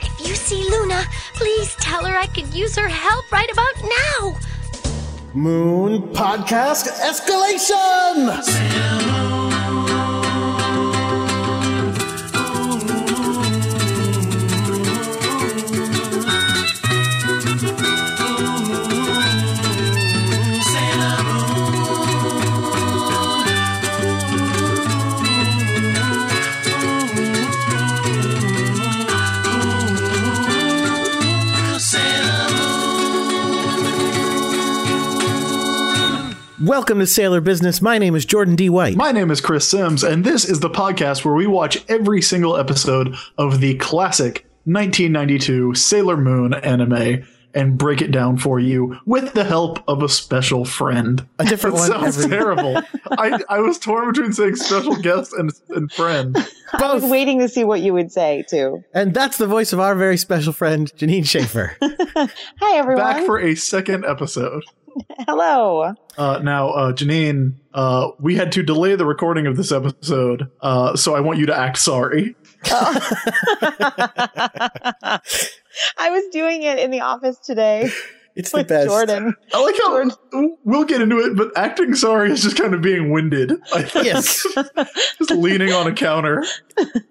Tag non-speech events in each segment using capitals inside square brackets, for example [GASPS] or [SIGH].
If you see Luna, please tell her I could use her help right about now. Moon Podcast Escalation! Welcome to Sailor Business. My name is Jordan D. White. My name is Chris Sims, and this is the podcast where we watch every single episode of the classic 1992 Sailor Moon anime and break it down for you with the help of a special friend. a different [LAUGHS] It one. sounds every- terrible. I, I was torn between saying special guest and, and friend. I was both. waiting to see what you would say too. And that's the voice of our very special friend, Janine [LAUGHS] Schaefer. Hi everyone. Back for a second episode. Hello. Uh, now, uh, Janine, uh, we had to delay the recording of this episode, uh, so I want you to act sorry. I was doing it in the office today It's [LAUGHS] the with best. Jordan. I like how we'll get into it, but acting sorry is just kind of being winded. [LAUGHS] I think. Yes. just leaning on a counter.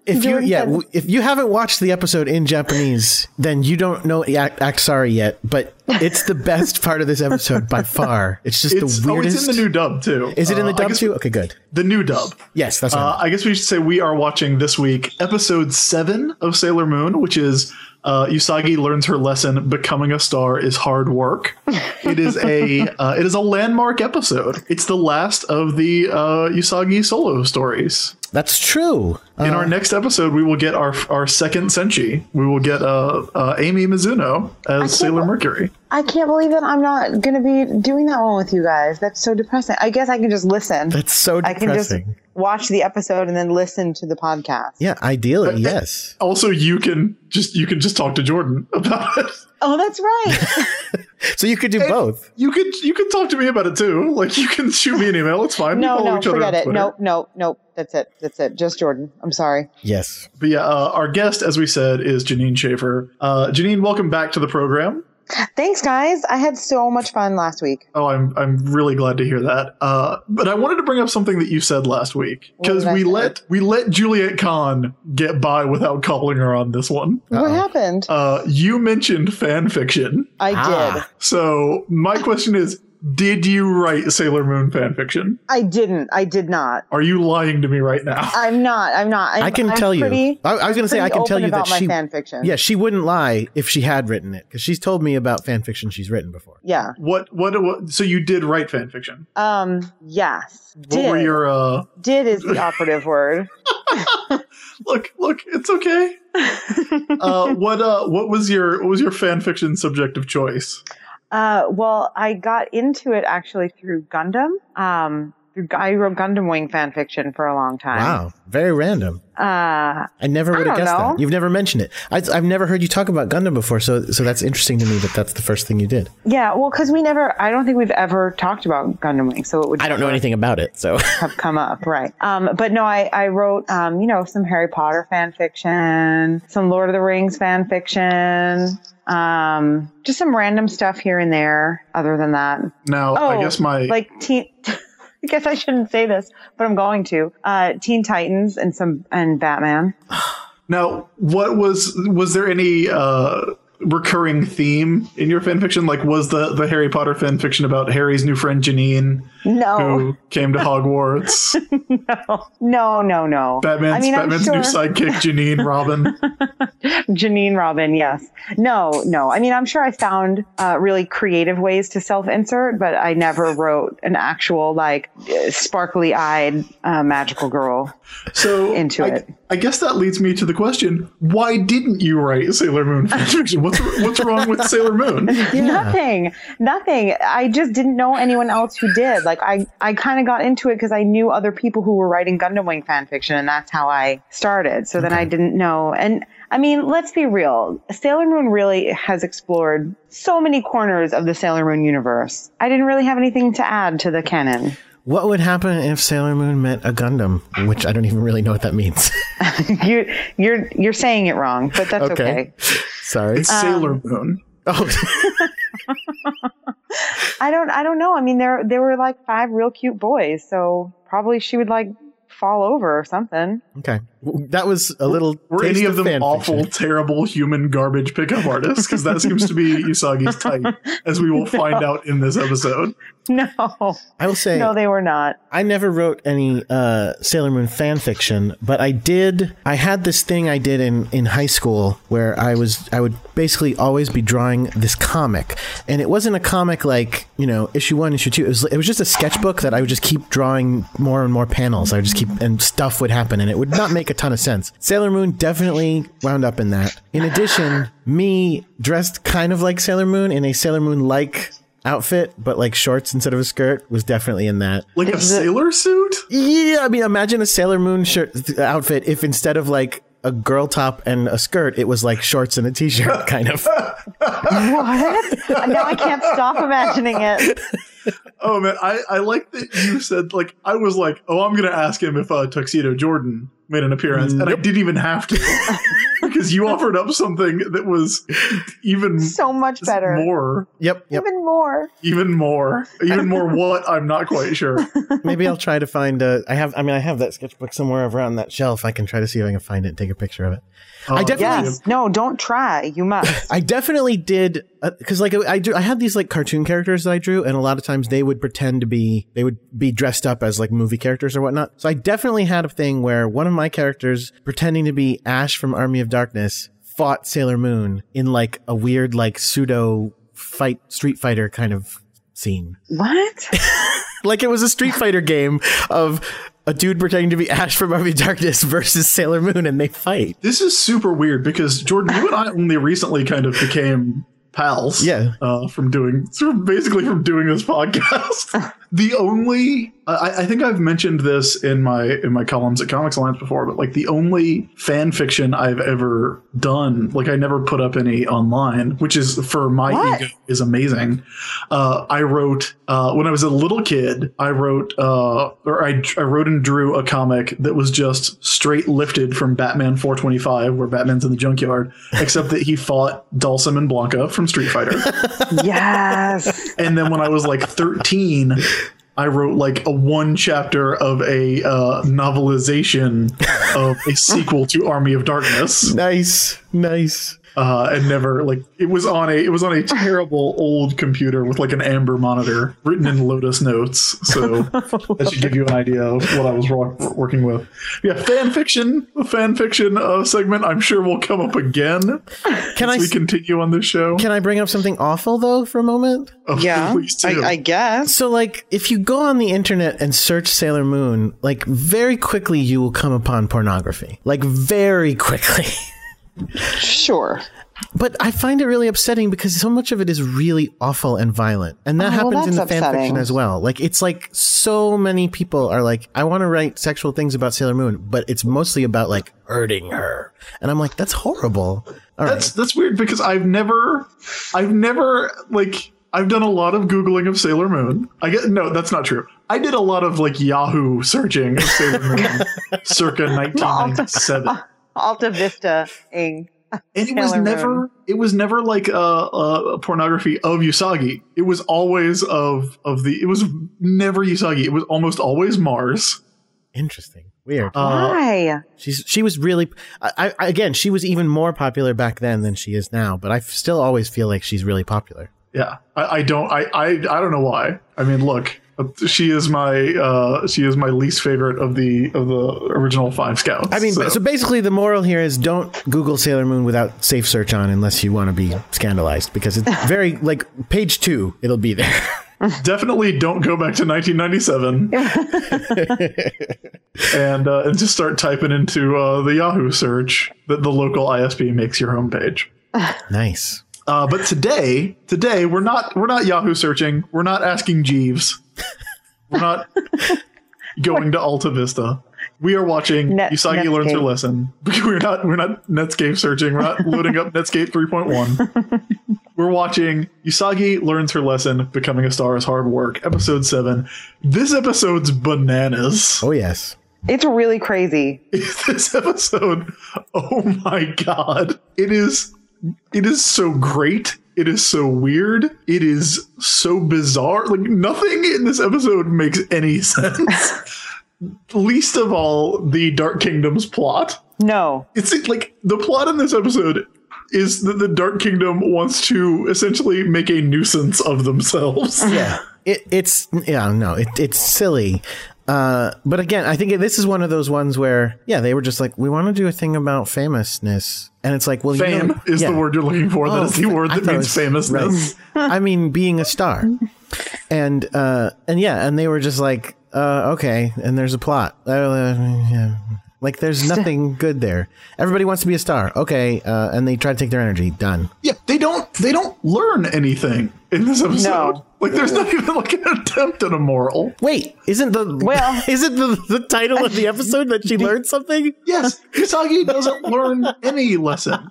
If you Jordan yeah, said- w- if you haven't watched the episode in Japanese, then you don't know act, act sorry yet. But it's the [LAUGHS] best part of this episode by far. It's just It's, the oh, weirdest. it's in the new dub too. Is it in Uh, the I dub guess- too? Okay, good. The new dub. Yes, that's Uh, right. I guess we should say we are watching this week episode seven of Sailor Moon, which is uh, Usagi learns her lesson: becoming a star is [LAUGHS] hard work. It is a uh, it is a landmark episode. It's the last of the uh, Usagi solo stories. That's true. In Uh, our next episode, we will get our our second senshi. We will get uh, uh, Amy Mizuno as Sailor Mercury. I can't believe that I'm not going to be doing that one with you guys. That's so depressing. I guess I can just listen. That's so I can just depressing. watch the episode and then listen to the podcast. yeah, ideally, yes. Also, you can just you can just talk to Jordan about it. [LAUGHS] Oh, that's [LAUGHS] right. So you could do both. You could you can talk to me about it too. Like you can shoot me an email. It's fine. We no, follow no, each other forget on it. Twitter. Nope, nope, nope. That's it. That's it. Just Jordan. I'm sorry. Yes. But yeah, uh, our guest, as we said, is Janine Schaefer. Uh, Janine, welcome back to the program. Thanks, guys. I had so much fun last week. Oh, I'm I'm really glad to hear that. Uh, but I wanted to bring up something that you said last week because did I we say? let we let Juliet Kahn get by without calling her on this one. What Oh. happened? Uh, you mentioned fan fiction, I did. Ah. so my question is: Did you write Sailor Moon fan fiction? I didn't. I did not. Are you lying to me right now? I'm not. I'm not. I'm, i can I'm tell you. pretty- I, I was going to say I pretty can tell open you that about my she fan fiction. Yeah, she wouldn't lie if she had written it because she's told me about fan fiction she's written before. Yeah. What, what what? So you did write fan fiction. Um. Yes. What did. were your uh? did is [LAUGHS] the operative word. Look, look, [LAUGHS] it's okay. uh, what uh? What was your what was your fan fiction subject of choice? Uh. Well, I got into it actually through Gundam. Um. Through, I wrote Gundam Wing fan fiction for a long time. Wow, very random. Uh. I never would have don't guessed know. that. You've never mentioned it. I, I've never heard you talk about Gundam before, so so that's interesting to me that that's the first thing you did. Yeah. Well, because we never. I don't think we've ever talked about Gundam Wing, so it would. I don't know anything about it, so [LAUGHS] have come up, right? Um, but no, I, I wrote, um, you know, some Harry Potter fan fiction, some Lord of the Rings fan fiction, um, just some random stuff here and there. Other than that, Now, I guess my Oh, like teen. [LAUGHS] I guess I shouldn't say this, but I'm going to. Uh, Teen Titans and some and Batman. now what was was there any uh recurring theme in your fan fiction? Like, was the the Harry Potter fan fiction about Harry's new friend Janine No, who came [LAUGHS] to Hogwarts? no, no, no. Batman's I mean, I'm Batman's sure- new sidekick Janine Robin. [LAUGHS] Janine Robin, yes. No, no. I mean, I'm sure I found uh, really creative ways to self insert, but I never wrote an actual, like, sparkly eyed uh, magical girl. [LAUGHS] So Into I, it. I guess that leads me to the question: Why didn't you write [LAUGHS] Sailor Moon fan fiction? What's what's wrong with Sailor Moon? Nothing, nothing. I just didn't know anyone else who did. Like, I, I kind of got into it because I knew other people who were writing Gundam Wing fan fiction, and that's how I started. So then I didn't know. And I mean, let's be real. Sailor Moon really has explored so many corners of the Sailor Moon universe. I didn't really have anything to add to the [LAUGHS] canon. what would happen if Sailor Moon met a Gundam, which I [LAUGHS] don't even really know what that means. You're you're you're saying it wrong, but that's okay. [LAUGHS] Sorry. Um, It's Sailor Moon. oh, [LAUGHS] I don't I don't know. I mean there there were like five real cute boys, so probably she would like fall over or something. okay. W- That was a little. Were taste any of them fan awful, fiction. terrible human garbage pickup artists? Because that seems [LAUGHS] to be Usagi's type, as we will find out in this episode. [LAUGHS] No. I will say. No, they were not. I never wrote any uh, Sailor Moon fan fiction, but I did. I had this thing I did in, in high school where I was I would basically always be drawing this comic, and it wasn't a comic like you know issue one, issue two. It was it was just a sketchbook that I would just keep drawing more and more panels. I would just keep and stuff would happen, and it would not make a ton of sense. Sailor Moon definitely wound up in that. In addition, me dressed kind of like Sailor Moon in a Sailor Moon like. Outfit, but like shorts instead of a skirt was definitely in that. Like a sailor suit? Yeah, I mean, imagine a Sailor Moon shirt th- outfit if instead of like a girl top and a skirt, it was like shorts and a t-shirt, kind of. What? now I can't stop imagining it. Oh man, I, I like that you said like I was like, oh, I'm gonna ask him if uh, Tuxedo Jordan made an appearance, and I didn't even have to because you offered up something that was even So much better. more, yep, yep. Even more. even more, even more. What I'm not quite sure. Maybe I'll try to find. Uh, I have. I mean, I have that sketchbook somewhere around that shelf. I can try to see if I can find it and take a picture of it. I Oh, definitely Yes. No, don't try. [LAUGHS] You must. I definitely did because like I, I drew, I had these like cartoon characters that I drew, and a lot of times they would pretend to be they would be dressed up as like movie characters or whatnot. So I definitely had a thing where one of my characters pretending to be Ash from Army of Darkness fought Sailor Moon in like a weird like pseudo fight Street Fighter kind of scene. [LAUGHS] What? Like it was a Street Fighter game of a dude pretending to be Ash from Army of Darkness [LAUGHS] versus Sailor Moon, and they fight. This is super weird because Jordan, you and I only recently kind of became pals. Yeah. uh, from doing from basically from doing this podcast. the only I, I think I've mentioned this in my in my columns at Comics Alliance before, but like the only fan fiction I've ever done, like I never put up any online, which is for my What? ego is amazing. Uh, I wrote uh, when I was a little kid. I wrote uh, or I, I wrote and drew a comic that was just straight lifted from Batman 425, where Batman's in the junkyard, except that he fought Dalsim and Blanca from Street Fighter. [LAUGHS] yes. And then when I was like 13, I wrote like a one chapter of a uh, novelization of a sequel to Army of Darkness, Nice, nice. uh, and never like it was on a it was on a terrible old computer with like an amber monitor, written in Lotus Notes. So that should give you an idea of what I was wor- working with. Yeah, fan fiction, the fan fiction uh, segment. I'm sure will come up again Can I as we continue on this show. can I bring up something awful though for a moment? Oh, Yeah. [LAUGHS] please I, do. I guess. So, like, if you go on the internet and search Sailor Moon, like, very quickly you will come upon pornography. Like, very quickly. [LAUGHS] Sure. but I find it really upsetting because so much of it is really awful and violent. And that Oh, well, happens in the that's fan fiction upsetting. as well. Like, it's like so many people are like, I want to write sexual things about Sailor Moon, but it's mostly about, like, hurting her. And I'm like, that's horrible. All right. That's that's weird because I've never, I've never like I've done a lot of googling of Sailor Moon. I get no, that's not true. I did a lot of like Yahoo searching of Sailor [LAUGHS] Moon circa 1997, Alta Vista ing. and it was Sailor never Moon. it was never like a, a pornography of Usagi. It was always of of the it was never Usagi. It was almost always Mars. Interesting. Weird. Uh, Why? She's she was really I, I again she was even more popular back then than she is now, but I f- still always feel like she's really popular. yeah, I, I don't I, I I don't know why. I mean, look. She is my uh, she is my least favorite of the of the original five scouts. I mean, so, basically the moral here is don't Google Sailor Moon without safe search on unless you want to be scandalized because [LAUGHS] it's very like page 2 it'll be there. [LAUGHS] definitely don't go back to 1997 [LAUGHS] [LAUGHS] and uh, and just start typing into uh, the Yahoo search that the local ISP makes your homepage. nice. Uh, but today, today we're not we're not Yahoo searching. We're not asking Jeeves. [LAUGHS] We're not going to Alta Vista. We are watching Net- Usagi learns her Netscape. lesson. [LAUGHS] We're not we're not Netscape searching. We're not loading up Netscape 3.1. [LAUGHS] We're watching Usagi learns her lesson. Becoming a star is hard work. Episode seven. This episode's bananas. Oh yes. It's [LAUGHS] really crazy. this episode. Oh my god. It is it is so great. It is so weird. It is so bizarre. Like nothing in this episode makes any [LAUGHS] sense. Least of all the Dark Kingdom's plot. No. It's like the plot in this episode is that the Dark Kingdom wants to essentially make a nuisance of themselves. [LAUGHS] yeah it, it's yeah no it, it's silly uh, but again i think this is one of those ones where yeah they were just like we want to do a thing about famousness and it's like well you Fame know, is yeah. the word you're looking for. that is the fa- word Oh, I that thought it means was- famousness. I mean, being a star. And uh, and yeah, and they were just like, uh, okay, and there's a plot. Uh, yeah. Like there's nothing good there. Everybody wants to be a star. Okay, uh, and they try to take their energy. Done. Yeah, they don't they don't learn anything in this episode. No. Like there's not even like an attempt at a moral. Wait, isn't the Well- [LAUGHS] isn't the, the title of the episode that she learned something? Yes, Usagi doesn't learn any lesson.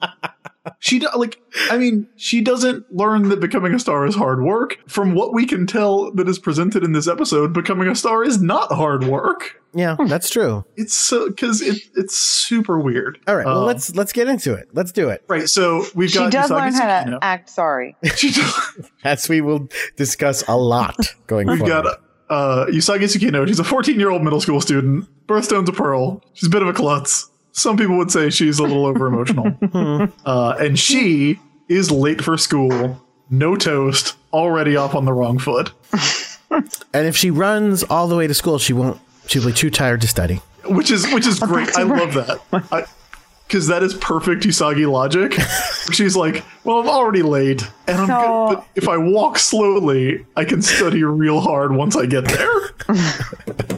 She do, like I mean, she doesn't learn that becoming a star is hard work. From what we can tell that is presented in this episode, becoming a star is not hard work. Yeah, that's true. It's so because it, it's super weird. All right, well Uh, let's let's get into it. Let's do it. right. So we've She got does Usagi learn how to Tsukino. act sorry. [LAUGHS] She does- As we will discuss a lot going [LAUGHS] We've forward. got uh, Usagi Tsukino. She's a 14 year old middle school student. Birthstone's a pearl. She's a bit of a klutz. Some people would say she's a little [LAUGHS] over emotional. uh, and she is late for school, no toast, already off on the wrong foot. and if she runs all the way to school, she won't. She'll be too tired to study. Which is which is great. I love that. I, because that is perfect Usagi logic. She's like, "Well, I'm already late, and I'm So- good, but if I walk slowly, I can study real hard once I get there."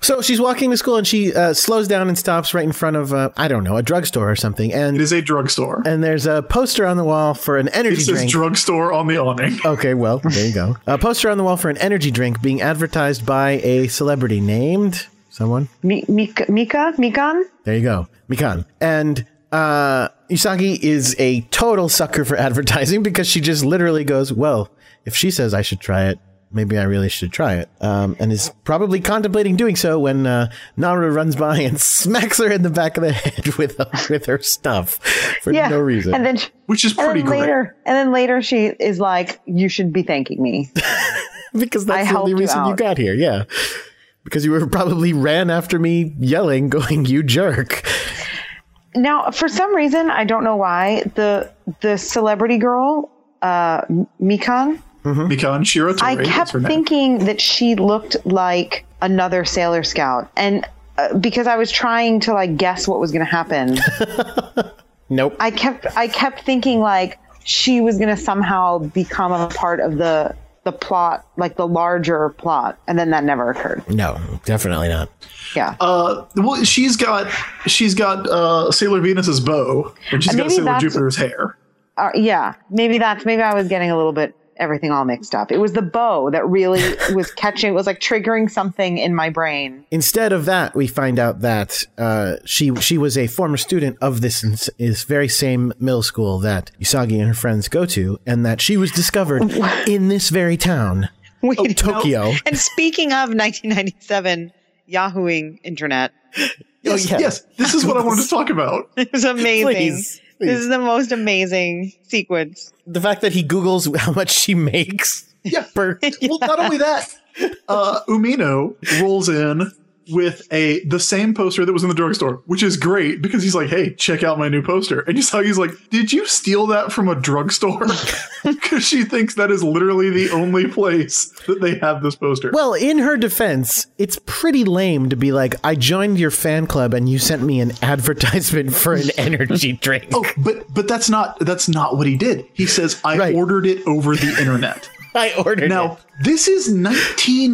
So she's walking to school and she uh, slows down and stops right in front of uh, I don't know a drugstore or something It and is a drugstore. and there's a poster on the wall for an It energy says drink. drugstore on the awning. okay, well there you [LAUGHS] go. A poster on the wall for an energy drink being advertised by a celebrity named someone. Mi- Mika, Mika, Mikan? There you go, Mikan. And uh, Usagi is a total sucker for [LAUGHS] advertising because she just literally goes, well, if she says I should try it. Maybe I really should try it, um, and is probably contemplating doing so when uh, Naru runs by and [LAUGHS] smacks her in the back of the head [LAUGHS] with with her stuff for Yeah. no reason. And then, she- which is and pretty then great. later, and then later she is like, "You should be thanking me." because that's I the only helped you reason you, out. got here. Yeah. Because you were [LAUGHS] probably ran after me yelling, going, you jerk. Now, for some reason, I don't know why the the celebrity girl, uh, Mikan, Mikan Shiratori. I is kept her name. thinking that she looked like another Sailor Scout, and uh, because I was trying to like guess what was going to [LAUGHS] happen, Nope. I kept I kept thinking like she was going to somehow become a part of the the plot, like the larger plot, and then that never occurred. no, definitely not. Yeah, Uh, well, she's got she's got uh, Sailor Venus's bow, and she's And got Uh, maybe Sailor that's- Jupiter's hair. Uh, yeah. Maybe that's maybe I was getting a little bit everything all mixed up. It was the bow that really was catching. It was like triggering something in my brain. Instead of that, we find out that uh, she she was a former student of this ins- is very same middle school that Usagi and her friends go to, and that she was [LAUGHS] discovered in this very town, Wait, no. Tokyo. [LAUGHS] And speaking of 1997 Yahooing internet, Yes, yeah. yes, this is what I wanted to talk about. it was amazing. Please, This please. is the most amazing sequence. The fact that he Googles [LAUGHS] how much she makes. Yeah. per- Well, not only that, uh, Umino rolls in with a the same poster that was in the drugstore, which is great because he's like, "Hey, check out my new poster," and Usagi's like, "Did you steal that from a drugstore?" [LAUGHS] Because she thinks that is literally the only place that they have this poster. Well, in her defense, it's pretty lame to be like, I joined your fan club and you sent me an advertisement for an [LAUGHS] energy drink. Oh, but but that's not that's not what he did. He says I Right. ordered it over the [LAUGHS] internet. I ordered now this is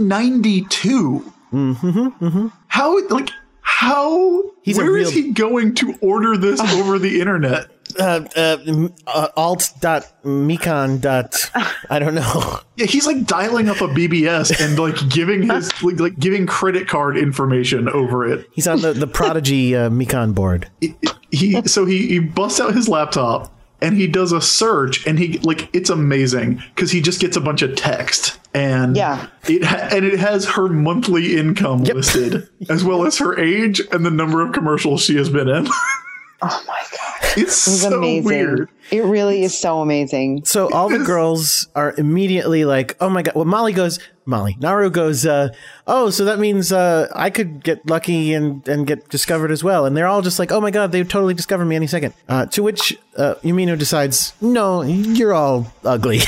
1992. Mm-hmm, How like how? mm-hmm. He's a where is real- Ah. he going to order this over the internet? it. Uh, uh, m- uh, alt dot Mekon dot, I don't know. Yeah, he's like dialing up a BBS and like giving [LAUGHS] his like, like giving credit card information over it. He's on the, the Prodigy uh, Mekon board. [LAUGHS] he so he, he busts out his laptop and he does a search and he like it's amazing because he just gets a bunch of text and Yeah. it ha- and it has her monthly [LAUGHS] income listed as well as her age and the number of commercials she has been in [LAUGHS] Oh my god! It's It was so amazing. weird. It really is so amazing. So all the girls are immediately like, "Oh my god!" Well, Molly goes, Molly Naru goes, uh, "Oh, so that means uh, I could get lucky and and get discovered as well." And they're all just like, "Oh my god, they would totally discover me any second. Uh, to which uh, Yumino decides, "No, you're all ugly.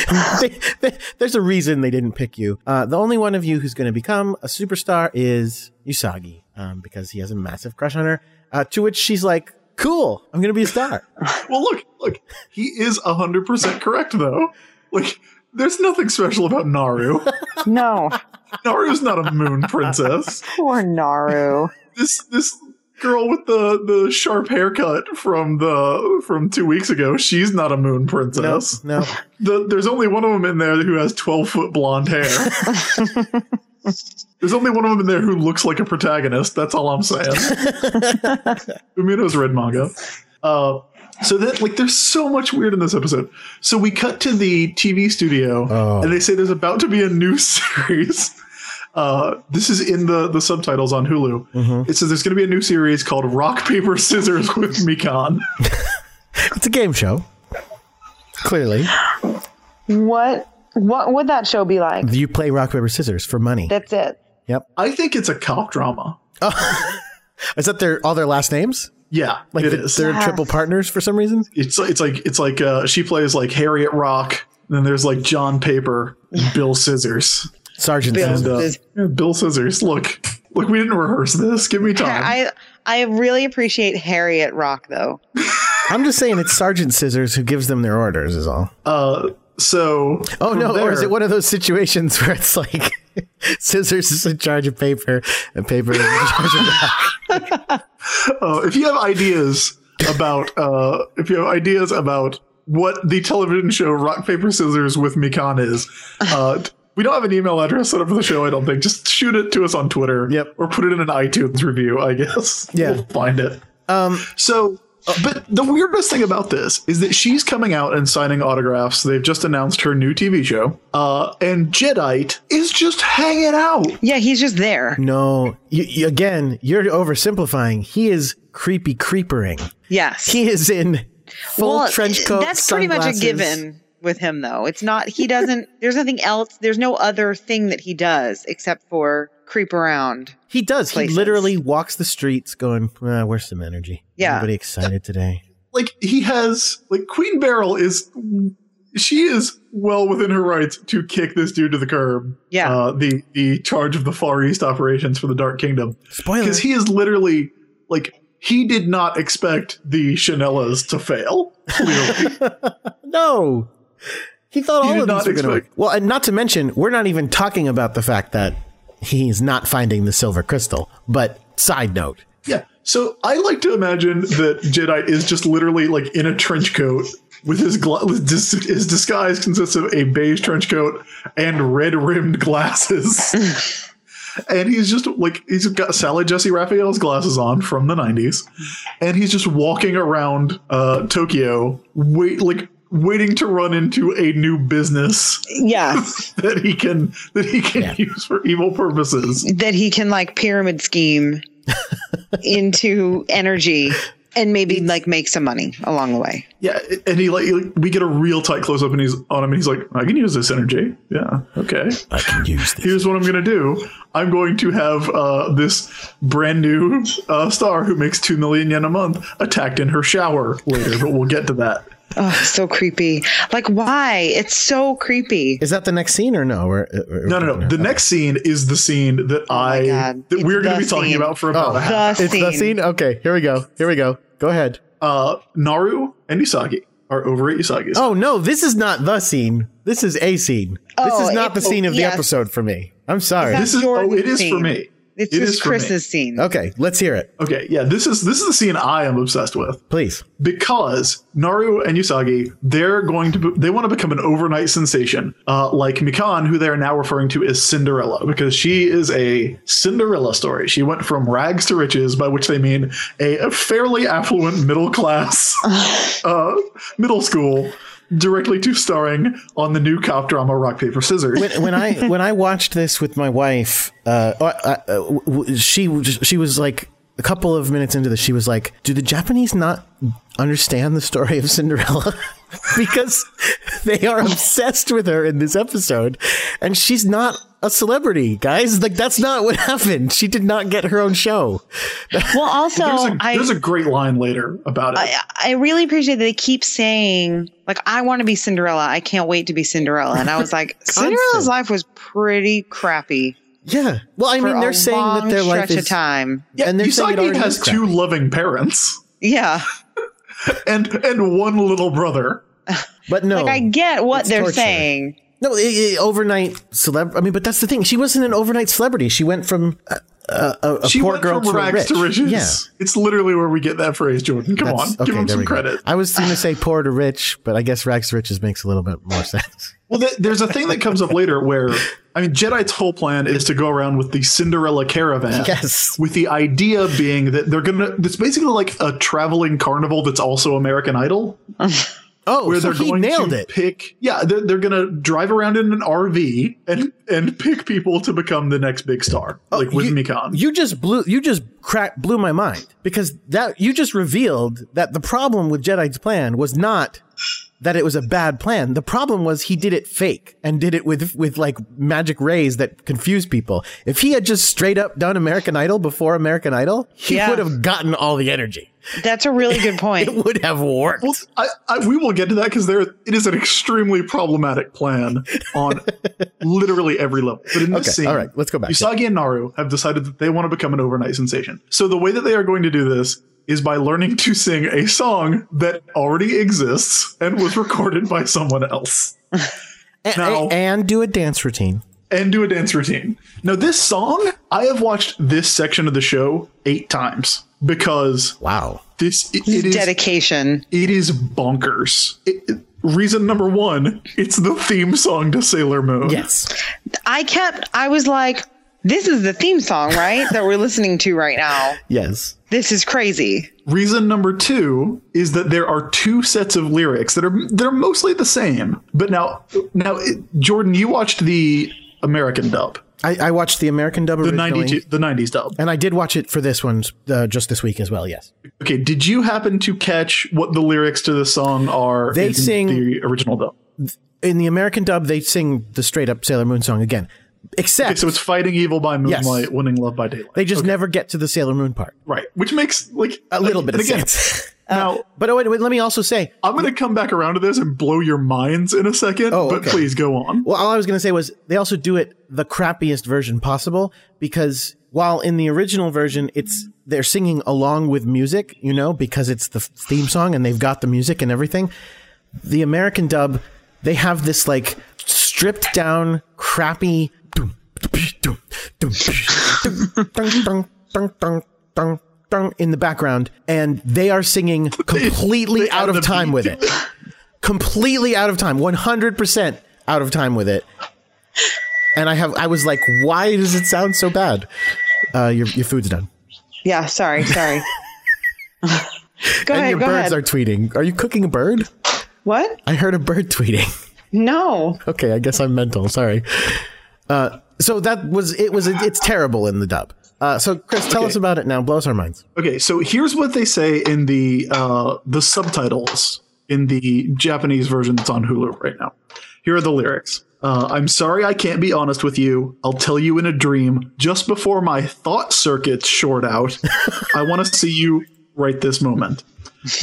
[LAUGHS] They- they- there's a reason they didn't pick you. Uh, the only one of you who's going to become a superstar is Usagi, um, because he has a massive crush on her." Uh, to which she's like, "Cool, I'm going to be a star." Well, look, look, he is 100% correct, though. Like, there's nothing special [LAUGHS] about Naru. No, Naru's not a moon princess. poor Naru. This this girl with the, the sharp haircut from the from two weeks ago, she's not a moon no, princess. no. The, there's only one of them in there who has 12 foot [LAUGHS] blonde hair. [LAUGHS] there's only one of them in there who looks like a protagonist. That's all [LAUGHS] I'm saying. Umino's red manga. Uh, so that like there's so much weird in this episode. So we cut to the TV studio Oh. and they say there's about to be a new [LAUGHS] series. Uh, this is in the the subtitles on Hulu. It says there's going to be a new series called Rock Paper Scissors [LAUGHS] with Mikan. It's a game show. Clearly, What what would that show be like? you play rock paper scissors for money. That's it. I think it's a cop drama. Is that their all their last names? Yeah, Like it the, is. they're triple partners for some reason. it's it's like it's like uh, she plays like Harriet Rock. And then there's like [LAUGHS] John Paper, and Bill Scissors, Sergeant Bill. and Scissors. uh, Scissors. yeah, Bill Scissors. Look, look, we didn't rehearse this. [LAUGHS] Give me time. I I really appreciate Harriet Rock though. I'm just saying it's Sergeant Scissors who gives them their orders. Is all. uh, so, Oh from no! Or is there- it one of those situations [LAUGHS] where it's like Scissors is in charge of paper and paper is in charge of [LAUGHS] rock? Uh, if you have ideas about uh, if you have ideas about what the television show Rock Paper Scissors with Mikan is, uh, t- we don't have an email address set up for the show. I don't think. Just shoot it to us on Twitter. Yep. Or put it in an iTunes review. I guess. Yeah. We'll find it. Um, So, uh, but the weirdest thing about this is that she's coming out and signing autographs. They've just announced her new TV show, uh, and Jedite is just hanging out. Yeah, he's just there. No, you, you- again, you're oversimplifying. He is creepy creepering. Yes. He is in full trench coat. That's pretty much a sunglasses. given with him though. It's not he doesn't [LAUGHS] there's nothing else there's no other thing that he does except for creep around. He does. He places. literally walks the streets going, ah, where's some energy? Yeah. Everybody excited today. like he has like Queen Beryl is she is well within her rights to kick this dude to the curb. Yeah. Uh, the the charge of the Far East operations for the Dark Kingdom Spoiler. because he is literally like he did not expect the Chanellas to fail. Clearly, no. He thought You all did of these not were going to work. expect- Well, and not to mention, we're not even talking about the fact that he's not finding the silver crystal. But side note, yeah. So I like to imagine that Jedi is just literally like in a trench coat. With his, gla- with dis- his disguise consists of a beige trench coat and red rimmed glasses. and he's just like he's got Sally Jesse Raphael's glasses on from the '90s, and he's just walking around uh, Tokyo, wait like waiting to run into a new business Yeah. that he can that he can use for evil purposes. [LAUGHS] that he can like pyramid scheme [LAUGHS] into energy and maybe Mm. like make some money along the way. Yeah, and he like we get a real tight close up, and he's on him, and he's like, "I can use this energy." Yeah, okay. I can use this. Here's what I'm gonna do. I'm going to have uh, this brand new uh, star who makes two million yen a month attacked in her shower later, but we'll get to that. Oh, so creepy. Like why? It's so creepy. Is that the next scene or no? We're, we're- No, no, no. The next scene is the scene that Oh my I God. that It's we're going to the be talking scene. Oh. about for about a half. The It's the scene? Okay, here we go. Here we go. Go ahead. Uh, Naru and Usagi are over at Usagi's. Oh no, this is not the scene. This is a scene. Oh, this is not the it- scene of the yes. episode for me. I'm sorry. Is this is oh, Jordan's it is for scene. me. It's It just is for me. Chris's scene. okay, let's hear it, Okay, yeah, this is this is the scene I am obsessed with please. because Naru and Usagi they're going to be, they want to become an overnight sensation, uh, like Mikan, who they are now referring to as Cinderella because she is a Cinderella story. She went from rags to riches, by which they mean a fairly affluent [LAUGHS] middle class. uh, middle school directly to starring on the new cop drama Rock Paper Scissors. when I when I watched this with my wife, uh, uh, uh, w- w- she was- she was like a couple of minutes into this, she was like, "Do the Japanese not understand the story of Cinderella?" [LAUGHS] because they are obsessed with her in this episode, and she's not a celebrity, guys. Like that's not what [LAUGHS] happened. She did not get her own show. Well, also, There's, a, I there's a great line later about it. I, I really appreciate that they keep saying, like, I want to be Cinderella. I can't wait to be Cinderella. And I was [LAUGHS] like, Cinderella's life was pretty crappy. Yeah. Well, I For mean, a they're saying long that their life stretch is of time. Yeah, and they're saying it Usagi already has is two crappy. loving parents Yeah. and and one little brother. But no, Like, I get what Oh, it's they're torture. saying. No, i i overnight celeb. I mean, but that's the thing. She wasn't an overnight celebrity. She went from a, a, a, a She poor went girl from to a rags rich. to riches. Yeah. It's literally where we get that phrase, Jordan. Come on, That's- give him there some we go. credit. I was going to [LAUGHS] say poor to rich, but I guess rags to riches makes a little bit more sense. Well, th- there's a thing that comes up later where I mean, Jedi's whole plan is to go around with the Cinderella caravan. Yes. With the idea being that they're gonna. It's basically like a traveling carnival that's also American Idol, Oh, where so they're he going nailed to it. pick. Yeah, they're, they're gonna drive around in an RV and and pick people to become the next big star, like with Oh, you, Mikan. You just blew you just crack blew my mind because that you just revealed that the problem with Jedi's plan was not that it was a bad plan. The problem was he did it fake and did it with with like magic rays that confused people. If he had just straight up done American Idol before American Idol, he Yeah. would have gotten all the energy. That's a [LAUGHS] really good It point. would have worked. Well, I, I, we will get to that because there it is an extremely problematic plan [LAUGHS] on literally every level. But in this Okay, scene, all right, let's go back. Usagi and Naru have decided that they want to become an overnight sensation. So the way that they are going to do this is by learning to sing a song that already exists and was [LAUGHS] recorded by someone else A- no. a- and do a dance routine. and do a dance routine. Now, this song, I have watched this section of the show eight times because Wow. this it, it is Dedication. it is bonkers. It, it- reason number one, it's the theme song to Sailor Moon. Yes. I kept, I was like, this is the theme song, right? that we're listening to right now. Yes. This is crazy. Reason number two is that there are two sets of lyrics that are they're mostly the same. But now, now, it- Jordan, you watched the American dub, I, I watched the American dub the originally, ninety two, the nineties dub. and I did watch it for this one uh, just this week as well. Yes. Okay, did you happen to catch what the lyrics to the song are? They in sing- the original dub. in the American dub, they sing the straight up Sailor Moon song again, except Okay, so it's "Fighting Evil by Moonlight, Winning Love by Daylight." they just never get to the Sailor Moon part. right, which makes like uh, A little bit of again, sense. Now, [LAUGHS] But oh, wait, wait, let me also say, I'm going to come back around to this and blow your minds in a second, Oh, but okay. please go on. well, all I was going to say was they also do it the crappiest version possible because while in the original version, it's they're singing along with music, you know, because it's the theme song and they've got the music and everything. The American dub, they have this like stripped down, crappy. dum, dum, dum, dum, dum, dum, dum, dum, dum, dum In the background, and they are singing completely [LAUGHS] they out add of the time beat. with it. Completely out of time, one hundred percent out of time with it. And I have, I was like, why does it sound so bad? Uh, your your food's done, Yeah, sorry, sorry. [LAUGHS] go and ahead, your go birds ahead. are tweeting. Are you cooking a bird? what? I heard a bird [LAUGHS] tweeting. No. okay, I guess I'm mental. Sorry. Uh, so that was it. Was it's terrible in the dub. Uh, so Chris, tell us about it now. Blows our minds. Okay, so here's what they say in the uh, the subtitles in the Japanese version that's on Hulu right now. Here are the lyrics. Uh, I'm sorry I can't be honest with you. I'll tell you in a dream just before my thought circuits [LAUGHS] short out. I want to see you right this moment.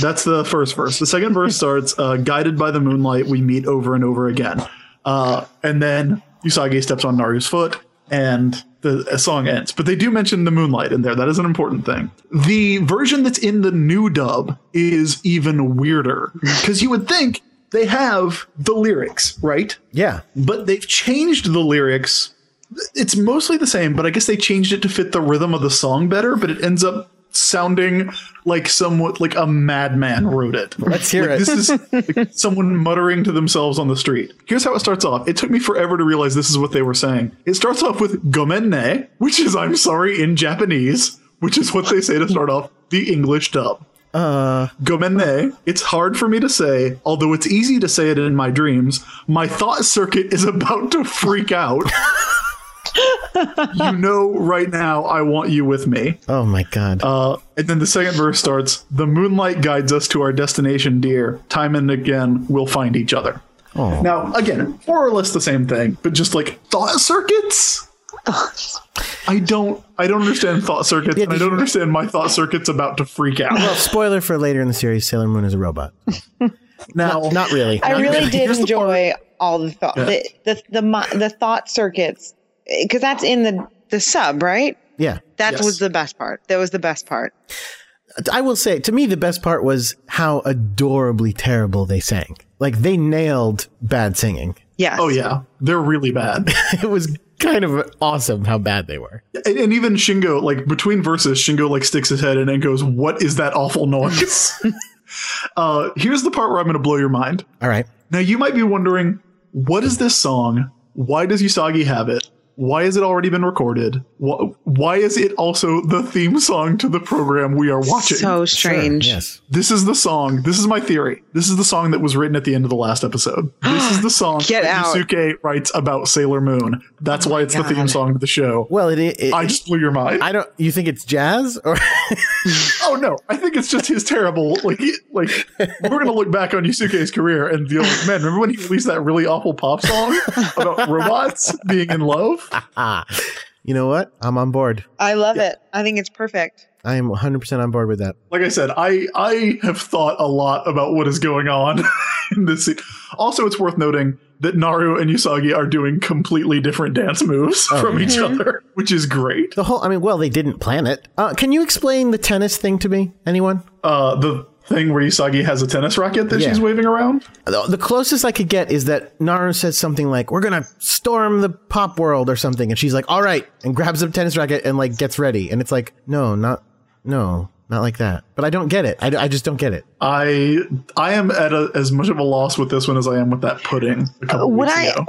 That's the first verse. The second verse starts uh, Guided by the moonlight, we meet over and over again. Uh, and then Usagi steps on Naru's foot and the a song ends. But they do mention the moonlight in there. That is an important thing. The version that's in the new dub is even weirder because you would think they have the lyrics, right? Yeah, But they've changed the lyrics. It's mostly the same, but I guess they changed it to fit the rhythm of the song better, but it ends up sounding like somewhat like a madman wrote it. let's hear it. This is [LAUGHS] like someone muttering to themselves on the street. Here's how it starts off. It took me forever to realize this is what they were saying. It starts off with gomenne, which is I'm sorry in Japanese, which is what they say to start off the English dub. Uh, gomenne. It's hard for me to say, although it's easy to say it in my dreams. My thought circuit is about to freak out. you know right now I want you with me. Oh my god. Uh, and then the second verse starts The moonlight guides us to our destination, dear. Time and again, we'll find each other. Oh. Now, again, more or less the same thing, but just like thought circuits? I don't I don't understand thought circuits, and I don't understand my thought circuits about to [LAUGHS] freak out. Spoiler for later in the series, Sailor Moon is a robot. Now Not really. I Not really did Here's the enjoy all the thought the, the the mi- the thought circuits because that's in the the sub right. Yeah. That Yes. was the best part. That was the best part. I will say, to me, the best part was how adorably terrible they sang. Like they nailed bad singing. [LAUGHS] Yes. Oh yeah, they're really bad. It was kind of awesome how bad they were. and, and even Shingo, like between verses, Shingo like sticks his head in and goes, "What is that awful noise?" [LAUGHS] uh, here's the part where I'm going to blow your mind. All right. Now you might be wondering, what is this song? Why does Usagi have it? Why has it already been recorded? Wh- Why is it also the theme song to the program we are watching? So strange. Yes. this is the song. This is my theory. This is the song that was written at the end of the last episode. [GASPS] This is the song Get out. that Oh Yusuke writes about Sailor Moon. That's why it's the theme song to the show. Well, it. it I just blew your mind. I don't. You think it's jazz or? [LAUGHS] Oh no, I think it's just his terrible like he- like we're gonna look back on Yusuke's career and be like, man, remember when he released that really awful pop song about robots being in love? ah, you know what? I'm on board. I love it. I think it's perfect. I am 100 percent on board with that. Like I said, I I have thought a lot about what is going on [LAUGHS] in this scene. Also, it's worth noting that Naru and Usagi are doing completely different dance moves from each other, which is great. The whole. I mean, well, they didn't plan it. Uh, can you explain the tennis thing to me? Anyone? Uh the thing where Usagi has a tennis racket that Yeah. she's waving around. The the closest I could get is that Naru says something like, "We're gonna storm the pop world" or something, and she's like, "All right," and grabs a tennis racket and like gets ready, and it's like, "No, not, no, not like that." But I don't get it. I, I just don't get it. I I am at a, as much of a loss with this one as I am with that pudding. A couple Would weeks I? ago.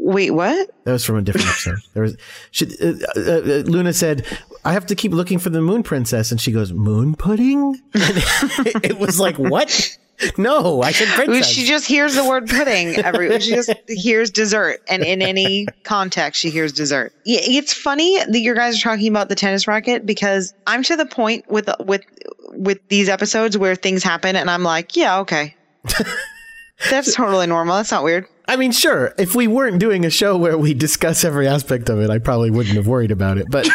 Wait, what? That was from a different episode. There was she, uh, uh, uh, Luna said, "I have to keep looking for the moon princess," and she goes, "Moon pudding." [LAUGHS] And it, it was like, "What? No, [LAUGHS] I said princess." She just hears the word [LAUGHS] pudding every. she just hears dessert, and in [LAUGHS] any context, she hears dessert. Yeah, it's funny that you guys are talking about the tennis racket because I'm to the point with with with these episodes where things happen, and I'm like, yeah, [LAUGHS] okay, that's totally normal. That's not weird. I mean, sure. If we weren't doing a show where we discuss every aspect of it, I probably wouldn't have worried about it. But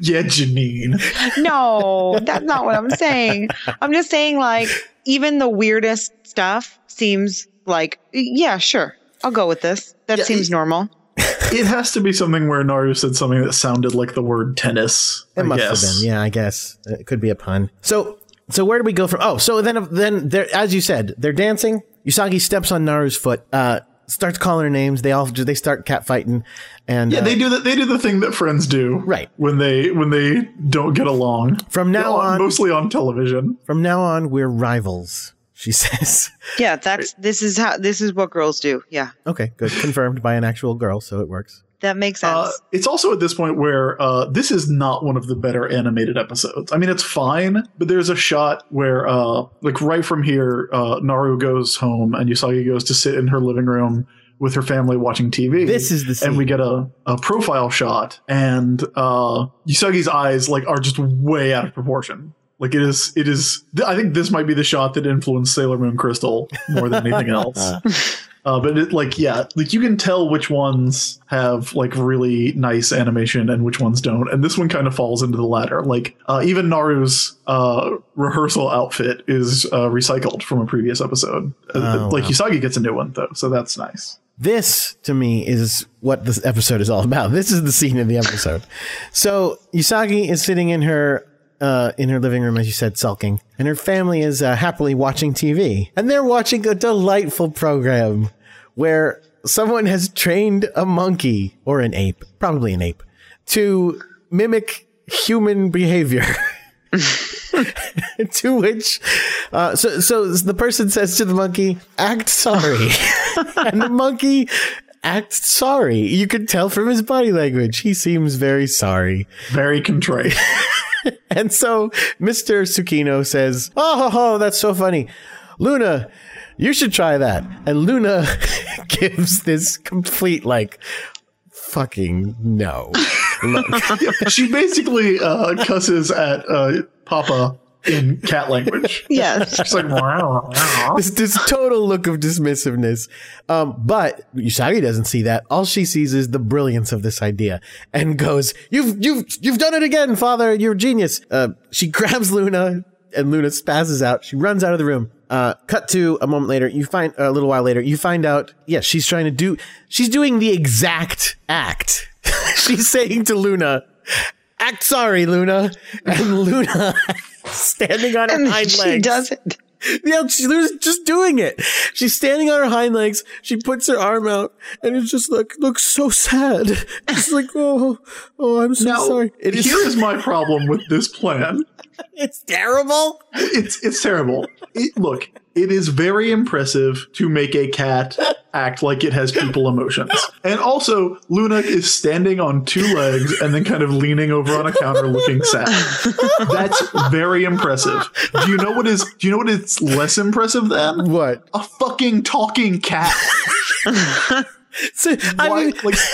Yeah, Janine. No, that's not what I'm saying. I'm just saying, like, even the weirdest stuff seems like, yeah, sure, I'll go with this. That seems normal. It has to be something where Naru said something that sounded like the word tennis. It I must guess. have been. Yeah, I guess it could be a pun. So, so where do we go from? Oh, so then, then there, as you said, they're dancing. Usagi steps on Naru's foot, uh, starts calling her names. They all they start catfighting, and Yeah, uh, they do that. They do the thing that friends do, Right. When they when they don't get along. From now Well, on- mostly on television. from now on we're rivals. She [LAUGHS] says. Yeah, that's this is how this is what girls do. Yeah, okay, good, confirmed by an actual girl, so it works. that makes sense. [LAUGHS] Uh, it's also at this point where uh, this is not one of the better animated episodes. I mean, it's fine, but there's a shot where, uh, like, right from here, uh, Naru goes home and Usagi goes to sit in her living room with her family watching TV. This is the scene. and we get a, a profile shot, and uh, Usagi's eyes like are just way out of proportion. Like it is, it is. th- I think this might be the shot that influenced Sailor Moon Crystal more [LAUGHS] than anything else. Uh, but it, like, yeah, like you can tell which ones have like really nice animation and which ones don't, and this one kind of falls into the latter. Like, uh, even Naru's uh, rehearsal outfit is uh, recycled from a previous episode. Oh, uh, like wow. Usagi gets a new one though, so that's nice. This to me is what this episode is all about. [LAUGHS] This is the scene of the episode. so Usagi is sitting in her uh, in her living room, as you said, sulking, and her family is uh, happily watching TV, and they're watching a delightful program where someone has trained a monkey or an ape, probably an ape, to mimic human behavior. [LAUGHS] to which, uh, so so the person says to the monkey, "Act sorry." and the monkey acts sorry. You can tell from his body language. He seems very sorry. Very contrite. And so Mr. Tsukino says, Oh, ho, ho, that's so funny. Luna, you should try that. And Luna [LAUGHS] gives this complete like fucking no. look. [LAUGHS] she basically uh, cusses at uh, Papa in cat language. Yes. She's like, wow, wow. this, this total look of dismissiveness. Um, but Usagi doesn't see that. All she sees is the brilliance of this idea and goes, "You've you've you've done it again, Father. You're a genius." Uh, she [LAUGHS] grabs Luna, and Luna spazzes out. She runs out of the room. Uh, cut to a moment later. You find a little while later. You find out. Yeah, she's trying to do. She's doing the exact act. [LAUGHS] she's saying to Luna. Act sorry, Luna. And Luna [LAUGHS] standing on her And [LAUGHS] hind she legs. does it. Yeah, she was just doing it. She's standing on her hind legs. She puts her arm out, and it's just like looks so sad. It's like, [LAUGHS] oh, oh, I'm so sorry. It is. Here is my problem with this plan. [LAUGHS] It's terrible. It's it's terrible. It, look, it is very impressive to make a cat act like it has people emotions. And also, Luna is standing on two legs and then kind of leaning over on a counter looking sad. That's very impressive. Do you know what is do you know what is less impressive [LAUGHS] than? What? A fucking talking cat. So, [LAUGHS] I Why- mean, like [LAUGHS]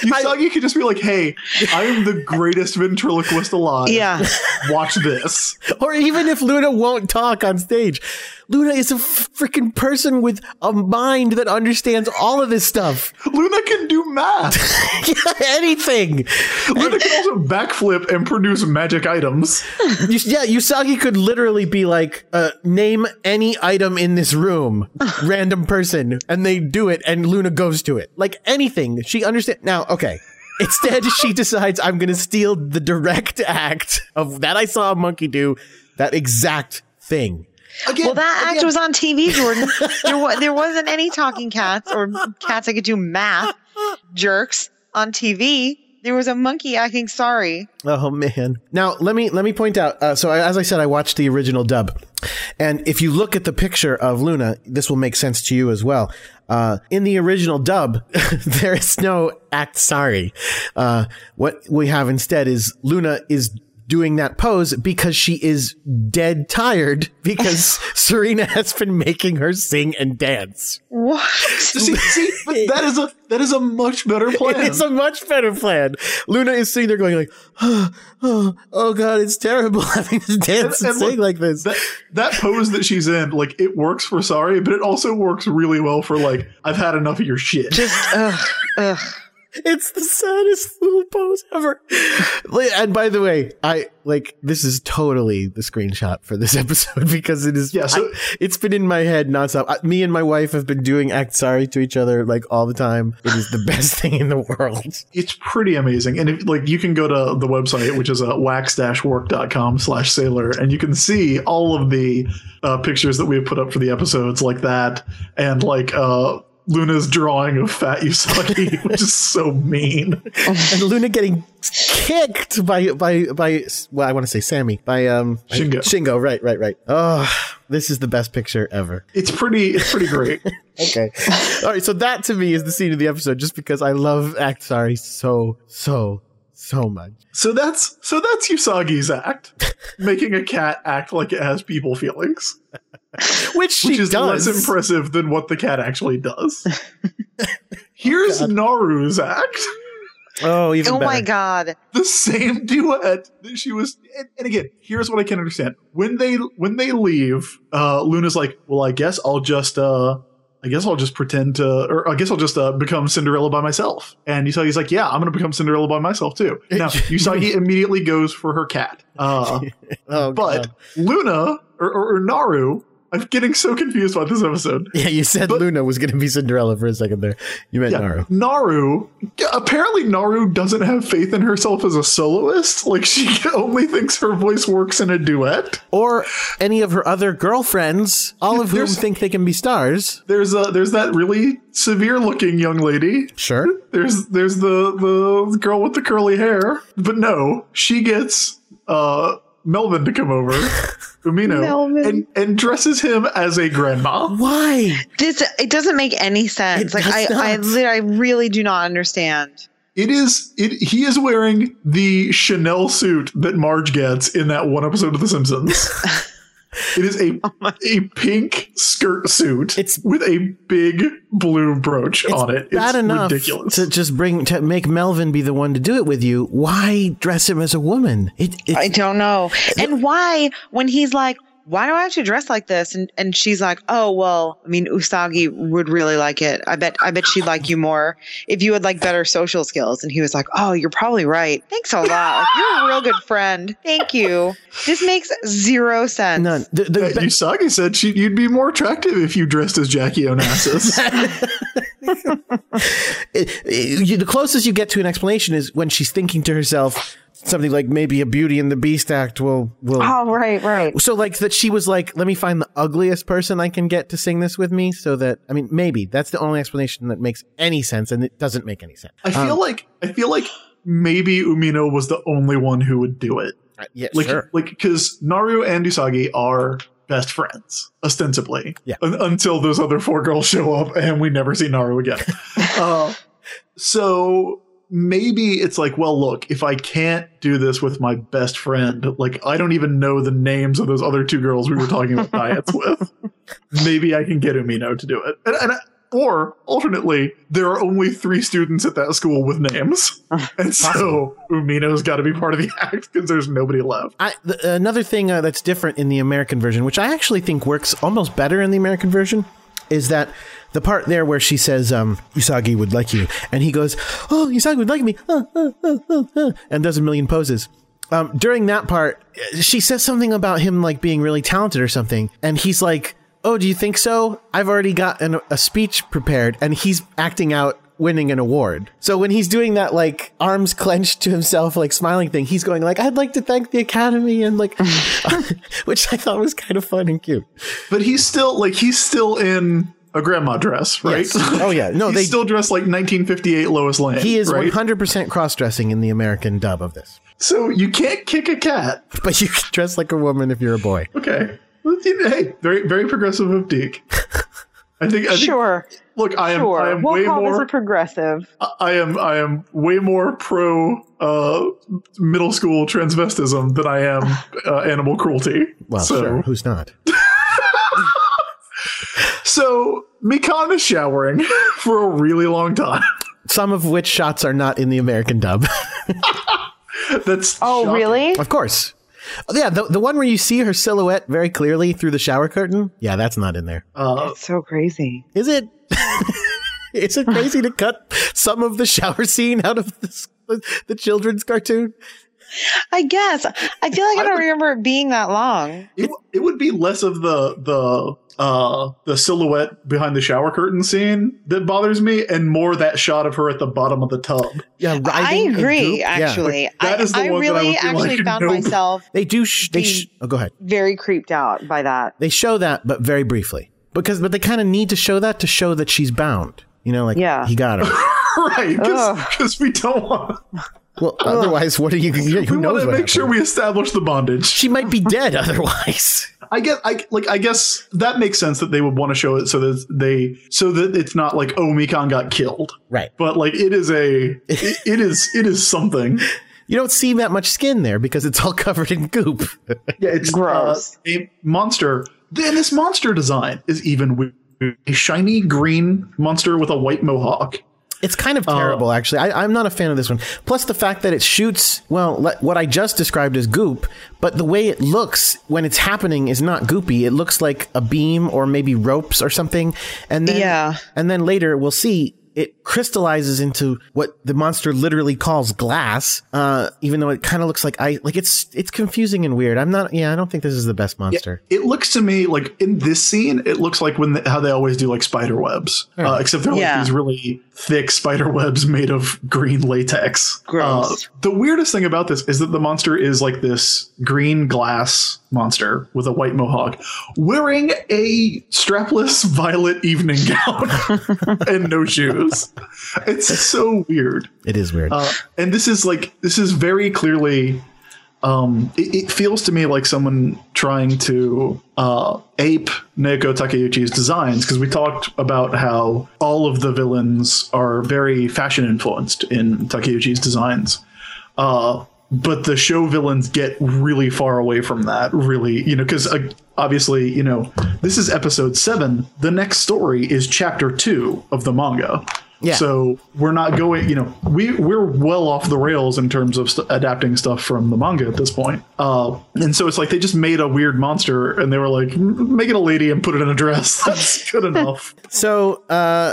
Usagi could just be like, "Hey, I am the greatest ventriloquist alive. Yeah. watch this." or even if Luna won't talk on stage, Luna is a freaking person with a mind that understands all of this stuff. [LAUGHS] Luna can do math. Anything. Luna can also backflip and produce magic items. You, yeah, Usagi could literally be like, uh, name any item in this [LAUGHS] room, random person, and they do it, and Luna goes to it. Like anything. She understands. Now, okay. Instead, [LAUGHS] she decides I'm going to steal the direct act of that I saw a monkey do, that exact thing. Again, Well, that act was on [LAUGHS] TV, Jordan. There, wa- there wasn't any talking cats or cats that could do math jerks on TV. There was a monkey acting sorry. Oh man! Now let me let me point out. Uh, so I, as I said, I watched the original dub, and if you look at the picture of Luna, this will make sense to you as well. Uh, in the original dub, [LAUGHS] there is no act sorry. Uh, what we have instead is Luna is doing that pose because she is dead tired [LAUGHS] because Serena has been making her sing and dance. What? see, see, but that is a that is a much better plan. It's a much better plan. Luna is sitting there going like, [GASPS] oh, oh, oh god, it's terrible [LAUGHS] having to dance and, and sing look, like this. that, that pose that she's in, like it works for sorry, but it also works really well for like I've had enough of your shit. Just, ugh, ugh. It's the saddest little pose ever. Like, And by the way, I like this is totally the screenshot for this [LAUGHS] episode because it is. Yeah, so- I- it's been in my head nonstop. I, me and my wife have been doing act sorry to each other like all the time. It is the [LAUGHS] best thing in the world. It's pretty amazing, and if, like you can go to the website, which is uh, wax-work.com/sailor, and you can see all of the uh, pictures that we've put up for the episodes, like that, and like uh, Luna's drawing of Fat Usagi, [LAUGHS] which is so mean. And Luna getting kicked by by by well, I want to say Sammy by um Shingo. Shingo, right, right, right. Oh, this is the best picture ever. It's pretty. It's pretty great. Okay. [LAUGHS] All right. So that to me is the scene of the episode, just because I love Act Sorry so, so, so much. So that's so that's Usagi's act, making a cat act like it has people feelings, Which she which is does. less impressive than what the cat actually [LAUGHS] does. Here's Naru's act. oh, even Oh better. my God. the same [LAUGHS] duet that she was and, and again here's what i can understand when they when they leave uh luna's like well i guess i'll just uh i guess i'll just pretend to or i guess i'll just uh become cinderella by myself and usagi's like yeah i'm gonna become cinderella by myself too now usagi immediately goes for her cat uh Oh, but God. luna or, or, or naru i'm getting so confused about this episode yeah, you said but- Luna was going to be Cinderella for a second there. You meant Yeah. Naru. Naru. yeah, Apparently, Naru doesn't have faith in herself as a soloist. Like she [LAUGHS] only thinks her voice works in a duet. Or any of her other girlfriends, all of whom There's- think they can be stars. There's a there's that really severe looking young lady. Sure. There's there's the the girl with the curly hair. But no, she gets uh Melvin to come over. Umino Melvin. and and dresses him as a grandma. Why? This, it doesn't make any It sense. like, does I, I, not. lit- I really do not understand. It is it he [LAUGHS] is wearing the Chanel suit that Marge gets in that one episode of The Simpsons. It is a a pink skirt suit Oh It's- with a big blue brooch It's on it. It's bad enough ridiculous. to just bring to make Melvin be the one to do it with you. Why dress him as a woman? It, it I don't know. And why, when he's like, why do I have to dress like this? And and she's like, oh well, I mean, Usagi would really like it. I bet I bet she'd like you more if you had like better social skills. And he was like, oh, you're probably right. Thanks a lot. Like, you're a real good friend. Thank you. This makes zero sense. none. The, the, Uh, Usagi said she, you'd be more attractive if you dressed as [LAUGHS] Jackie Onassis. it- it- you- the closest you get to an explanation is when she's thinking to herself something like maybe a Beauty and the Beast act will will. Oh right, right. So like that she was like, let me find the ugliest person I can get to sing this with me, so that I mean maybe that's the only explanation that makes any sense, and it doesn't make any sense. I feel like I feel like maybe Umino was the only one who would do it. Yeah, Like sure. like because Naru and Usagi are best friends ostensibly Yeah. Un- until those other four girls show up and we never see [LAUGHS] Naru again. uh, so maybe it's like, well, look, if I can't do this with my best friend, like I don't even know the names of those other two girls we were talking [LAUGHS] about diets with. Maybe I can get Umino to do it, and, and or alternately, there are only three students at that school with [LAUGHS] names, and so Umino's got to be part of the act because there's nobody left. I, th- another thing uh, that's different in the American version, which I actually think works almost better in the American version, is that the part there where she says, um, Usagi would like you. And he goes, Oh, Usagi would like me. uh, uh, uh, uh, uh," and does a million poses. Um, during that part, uh, she says something about him like being really talented or something. And he's like, Oh, do you think so? I've already got an, a speech prepared. And he's acting out winning an award. So when he's doing that like arms clenched to himself like smiling thing, he's going like I'd like to thank the academy and like [LAUGHS] which I thought was kind of fun and cute. But he's still like he's still in a grandma dress, right? Yes. [LAUGHS] Oh, yeah. No, he's they- still dressed like 1958 Lois Lane. He is right? 100% cross-dressing in the American dub of this. [LAUGHS] So you can't kick a cat. But you can dress like a woman if you're a boy. Okay. Hey, very very progressive of Deke. I think. I think Sure, Look, I am. sure. I am we'll way call this more. a progressive. I am. I am way more pro uh, middle school transvestism than I am uh, animal cruelty. Well, so, sure, who's not? so Mikan is showering [LAUGHS] for a really long time. [LAUGHS] Some of which shots are not in the American dub. [LAUGHS] That's Oh shocking. really? of course. Oh, yeah, the, the one where you see her silhouette very clearly through the shower curtain. Yeah, that's not in there. Uh, That's so crazy. Is it? [LAUGHS] is it crazy to cut some of the shower scene out of this, the children's cartoon? I guess. I feel like I don't remember it being that long. it, it would be less of the the uh the silhouette behind the shower curtain scene that bothers me and more that shot of her at the bottom of the tub Yeah, I writhing and goop. agree. Yeah. Actually, that I, is the I one that I really would be actually like, found nope. myself they do. Sh- they The- sh- oh, go ahead. very creeped out by that. They show that, but very briefly, because but they kind of need to show that to show that she's bound. You know, like Yeah. he got her. right Ugh. because we don't want [LAUGHS] Well, otherwise, what are you? Who we want knows to what make sure happened? we establish the bondage She might be dead [LAUGHS] otherwise. i guess i like i guess that makes sense that they would want to show it so that they so that it's not like oh mikan got killed Right. but like it is a [LAUGHS] it, it is it is something You don't see that much skin there because it's all [LAUGHS] covered in goop. Yeah, it's Gross. uh, a monster. Then this monster design is even weird. A shiny green monster with a white mohawk. It's kind of terrible, actually. I, I'm not a fan of this one. Plus, the fact that it shoots, well, le- what I just described as goop, but the way it looks when it's happening is not goopy. It looks like a beam or maybe ropes or something. And then, Yeah. and then later we'll see it crystallizes into what the monster literally calls glass, uh, even though it kind of looks like ice. Like it's, it's confusing and weird. I'm not, yeah, I don't think this is the best monster. It looks to me like in this scene, it looks like when the, how they always do like spider webs, uh, except they're like Yeah. these really thick spider webs made of green latex. Gross. Uh, the weirdest thing about this is that the monster is like this green glass monster with a white mohawk, wearing a strapless violet evening gown [LAUGHS] and no shoes. It's so weird. It is weird. Uh, and this is like this is very clearly um it, it feels to me like someone trying to uh ape Naoko Takeuchi's designs because we talked about how all of the villains are very fashion influenced in Takeuchi's designs. Uh but the show villains get really far away from that really you know because uh, obviously you know this is episode seven the next story is chapter two of the manga Yeah. so we're not going you know we we're well off the rails in terms of st- adapting stuff from the manga at this point uh and so it's like they just made a weird monster and they were like "M- make it a lady and put it in a dress [LAUGHS] that's good enough So, uh,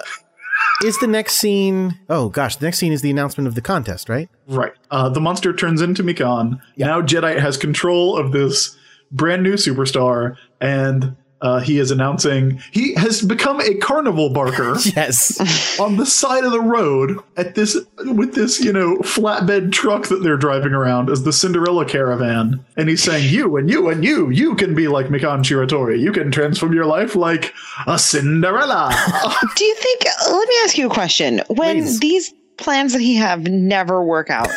is the next scene? Oh gosh, the next scene is the announcement of the contest, right? Right. Uh, the monster turns into Mikan. Now Jedi has control of this brand new superstar, and uh, he is announcing he has become a carnival [LAUGHS] barker Yes. on the side of the road at this with this you know flatbed truck that they're driving around as the Cinderella caravan, and he's saying, "You and you and you, you can be like Mikan Shiratori. You can transform your life like a Cinderella." [LAUGHS] Do you think? Let me ask you a question. When Please. these plans that he have never work [LAUGHS] out,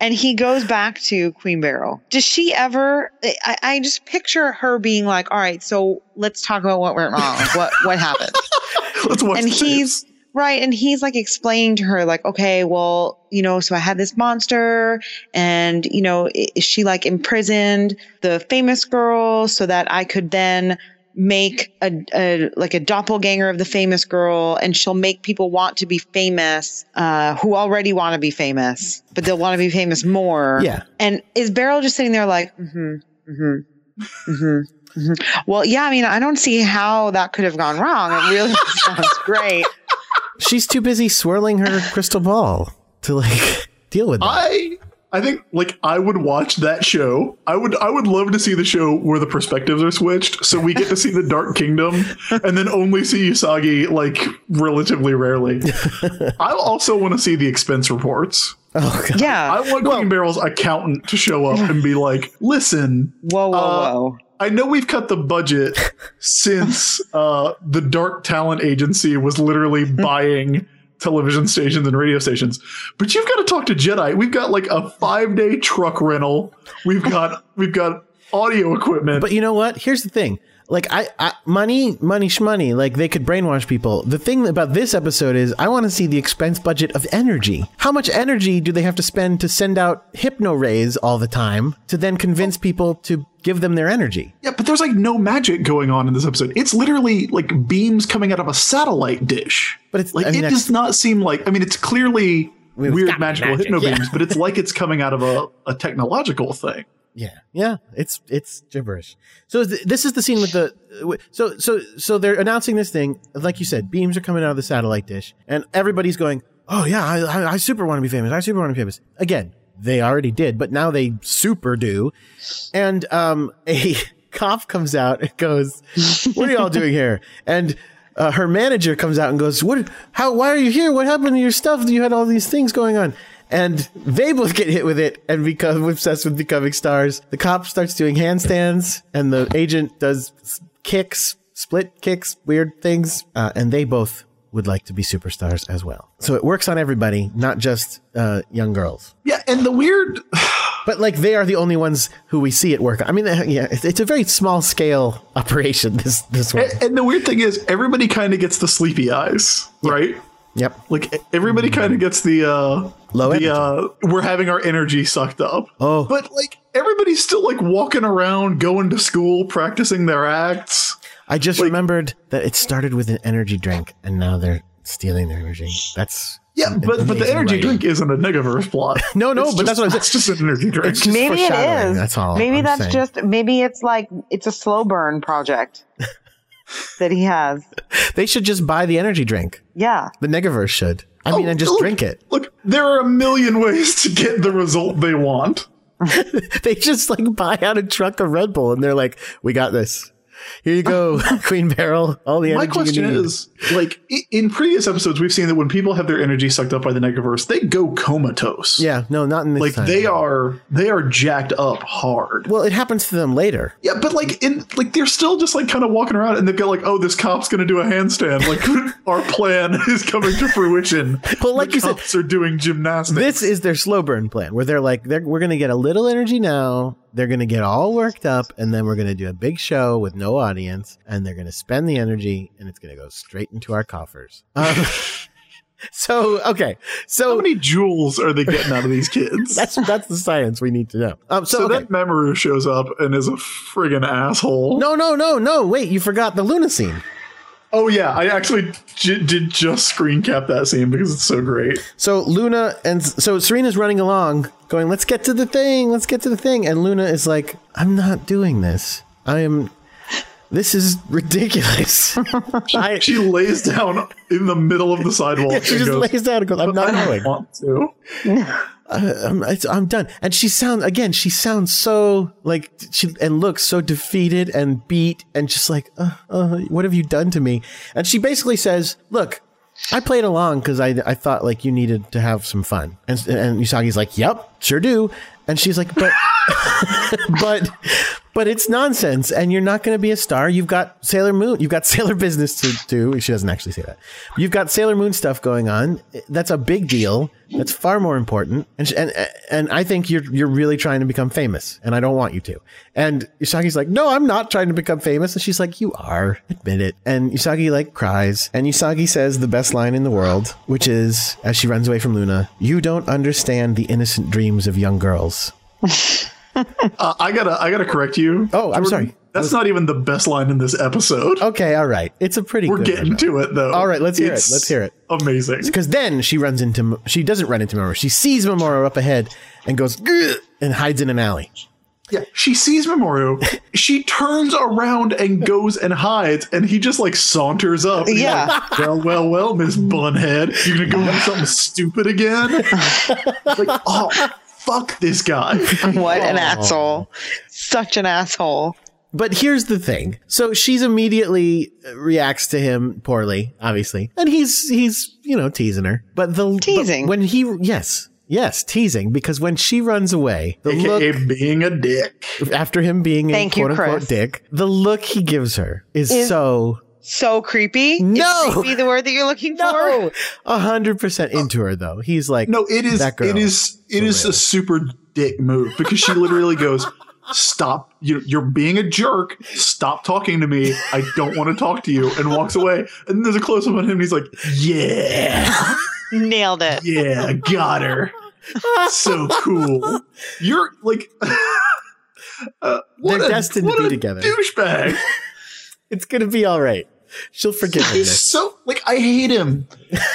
and he goes back to Queen Barrel, does she ever? I, I just picture her being like, "All right, so let's talk about what went wrong. What what happened?" Let's watch. and this. he's right and he's like explaining to her like okay well you know so i had this monster and you know i- she like imprisoned the famous girl so that i could then make a, a like a doppelganger of the famous girl and she'll make people want to be famous uh who already want to be famous but they'll want to be famous more Yeah. and is Beryl just sitting there like, mm-hmm, mm-hmm, mm-hmm, mm-hmm. well, yeah, I mean, I don't see how that could have gone wrong. It really [LAUGHS] sounds great. [LAUGHS] She's too busy swirling her crystal ball to like [LAUGHS] deal with that. I I think like I would watch that show. I would I would love to see the show where the perspectives are switched, so we get to see the Dark Kingdom and then only see Usagi like relatively rarely. I also want to see the expense reports. Oh god. I Yeah. want Queen Barrel's accountant to show up and be like, "Listen, Whoa, whoa, uh, whoa. I know we've cut [LAUGHS] the budget since uh, the Dark Talent Agency [LAUGHS] was literally buying television stations and radio stations, but you've got to talk to Jedi. We've got like a five day truck rental. We've got we've got audio equipment. But you know what? Here's the thing. Like I, I money, money, shmoney. Like they could brainwash people. The thing about this episode is, I want to see the expense budget of energy. How much energy do they have to spend to send out hypno rays all the time to then convince people to give them their energy? yeah, but there's like no magic going on in this episode. It's literally like beams coming out of a satellite dish. But it's- like I mean, it that's- does not seem like. I mean, it's clearly. it's Weird gotta be magical magic, hypno yeah. beams, but it's like it's coming out of a, a technological thing. Yeah, yeah, it's it's gibberish. So th- this is the scene with the w- so so so they're announcing this thing. Like you said, beams are coming out of the satellite dish, and everybody's going, "Oh yeah, I, I, I super want to be famous. I super want to be famous." Again, they already did, but now they super do. And um, a [LAUGHS] cop comes out and goes, "What are y'all doing here?" And uh, her manager comes out and goes, "What? How? Why are you here? What happened to your stuff? You had all these things going on." And they both get hit with it and become obsessed with becoming stars. The cop starts doing handstands, and the agent does s- kicks, split kicks, weird things, uh, and they both would like to be superstars as well. So it works on everybody, not just uh, young girls. Yeah, and the weird But like they are the only ones who we see it work. on. I mean, yeah, it's it's a very small scale operation. [LAUGHS] This this one. And the weird thing is, everybody kind of gets the sleepy eyes, right? Yep. Like e- everybody kind of gets the uh, Low the energy. uh, we're having our energy sucked up. Oh. but like everybody's still like walking around, going to school, practicing their acts. I just remembered that it started with an energy drink, and now they're stealing their energy. That's Yeah, but but the amazing energy writing. drink isn't a negaverse [LAUGHS] plot. No, no, It's but just- that's what I'm It's just an energy drink. It's just- Maybe it foreshadowing, is. that's all Maybe I'm that's saying. just, maybe it's like, it's a slow [LAUGHS] burn project that he has. they should just buy the energy drink. Yeah. The Negaverse should. I mean, Oh, and just look- drink it. [LAUGHS] Look, there are a million ways to get the result they want. They just like buy out a truck of Red Bull, and they're like, "We got this. Here you go, [LAUGHS] Queen Barrel. All the energy." My question you need. is, like i- in previous episodes, we've seen that when people have their energy sucked up by the negaverse, they go comatose. yeah, no, not in this like time. they are they are jacked up hard. Well, it happens to them later. yeah, but like in like they're still just like kind of walking around, and they've got like, oh, this cop's gonna do a handstand. Like [LAUGHS] our plan is coming to fruition. [LAUGHS] But like the you said- cops are doing gymnastics. This is their slow burn plan, where they're like, they're, "We're going to get a little energy now. They're going to get all worked up, and then we're going to do a big show with no [LAUGHS] audience, and they're going to spend the energy, and it's going to go straight into our coffers." Um, So okay, so How many jewels are they getting out [LAUGHS] of these kids? that's that's the science we need to know. Um, so so okay. then Memoru shows up and is a friggin' asshole. no, no, no, no. Wait, you forgot the lunacine. Oh yeah, I actually j- did just screen cap that scene because it's so great. So Luna and so Serena's running along, going, "Let's get to the thing. Let's get to the thing." And Luna is like, "I'm not doing this. I am. This is [LAUGHS] ridiculous." I, She lays down in the middle of the sidewalk. she and just goes, lays down and goes, "I'm [LAUGHS] not I going. don't want to. I'm, it's, I'm done." And she sounds again. She sounds so like she and looks so defeated and beat and just like, uh, uh, "What have you done to me?" And she basically says, "Look." I played along because I, I thought like you needed to have some fun, and and Usagi's like, "Yep, sure do," and she's like, "But but but it's nonsense and you're not going to be a star you've got sailor moon you've got sailor business to do she doesn't actually say that you've got sailor moon stuff going on that's a big deal that's far more important and she, and and i think you're you're really trying to become famous and i don't want you to and isagi's like no i'm not trying to become famous and she's like you are admit it and isagi like cries and isagi says the best line in the world which is as she runs away from luna you don't understand the innocent dreams of young girls Uh, I gotta, I gotta correct you. Oh, I'm sorry. That's not even the best line in this episode. Okay, all right. It's a pretty. We're good getting one, to it though. All right, let's hear it. Let's hear it. Amazing. Because then she runs into she doesn't run into Mamoru. She sees Mamoru up ahead and goes "Grr," and hides in an alley. Yeah, she [LAUGHS] sees Mamoru. she turns around and goes and hides, and he just like saunters up. He's Yeah. like, well, well, well, Miss Bunhead, you're [LAUGHS] gonna go do something stupid again. like, oh, fuck this guy. [LAUGHS] What Oh. an asshole. Such an asshole. But here's the thing. So she's immediately uh, reacts to him poorly, obviously, and he's he's you know teasing her. But the but Teasing. when he yes yes teasing because when she runs away, the AKA look being a dick. after him being Thank a you, quote unquote Chris. dick, the look he gives her is, Is- so So creepy. No. Is creepy the word that you're looking no for? a hundred percent into her though. He's like No, it is That girl it is it is a super dick move because she [LAUGHS] literally goes, "Stop! You, you're being a jerk. Stop talking to me. I don't want to talk to you," and walks away. And then there's a close up on him, and he's like, "Yeah, Nailed it. yeah, got her. So cool. You're like." [LAUGHS] uh, what They're a- destined to what be a together. Douchebag. it's gonna be all right. She'll forgive [LAUGHS] him. He's this. so like I hate him.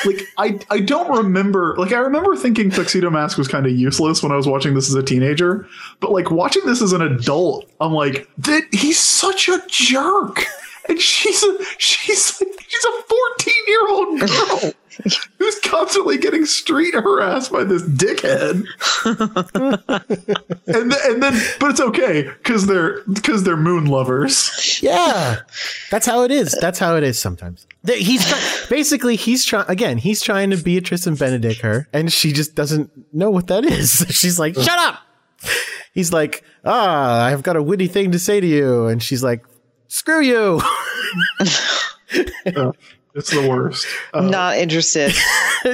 Like I I don't remember like I remember thinking Tuxedo Mask was kind of useless when I was watching this as a teenager, but like watching this as an adult, I'm like, that he's such a jerk. And she's a she's she's a 14 year old girl who's constantly getting street harassed by this dickhead. and th- and then but it's okay because they're because they're moon lovers. Yeah, that's how it is. That's how it is sometimes. That He's try- basically he's trying again. He's trying to be a Tristan Benedict her, and she just doesn't know what that is. [LAUGHS] She's like, "Shut up." He's like, "Ah, I've got a witty thing to say to you," and she's like, "Screw you." [LAUGHS] It's the worst. Not interested.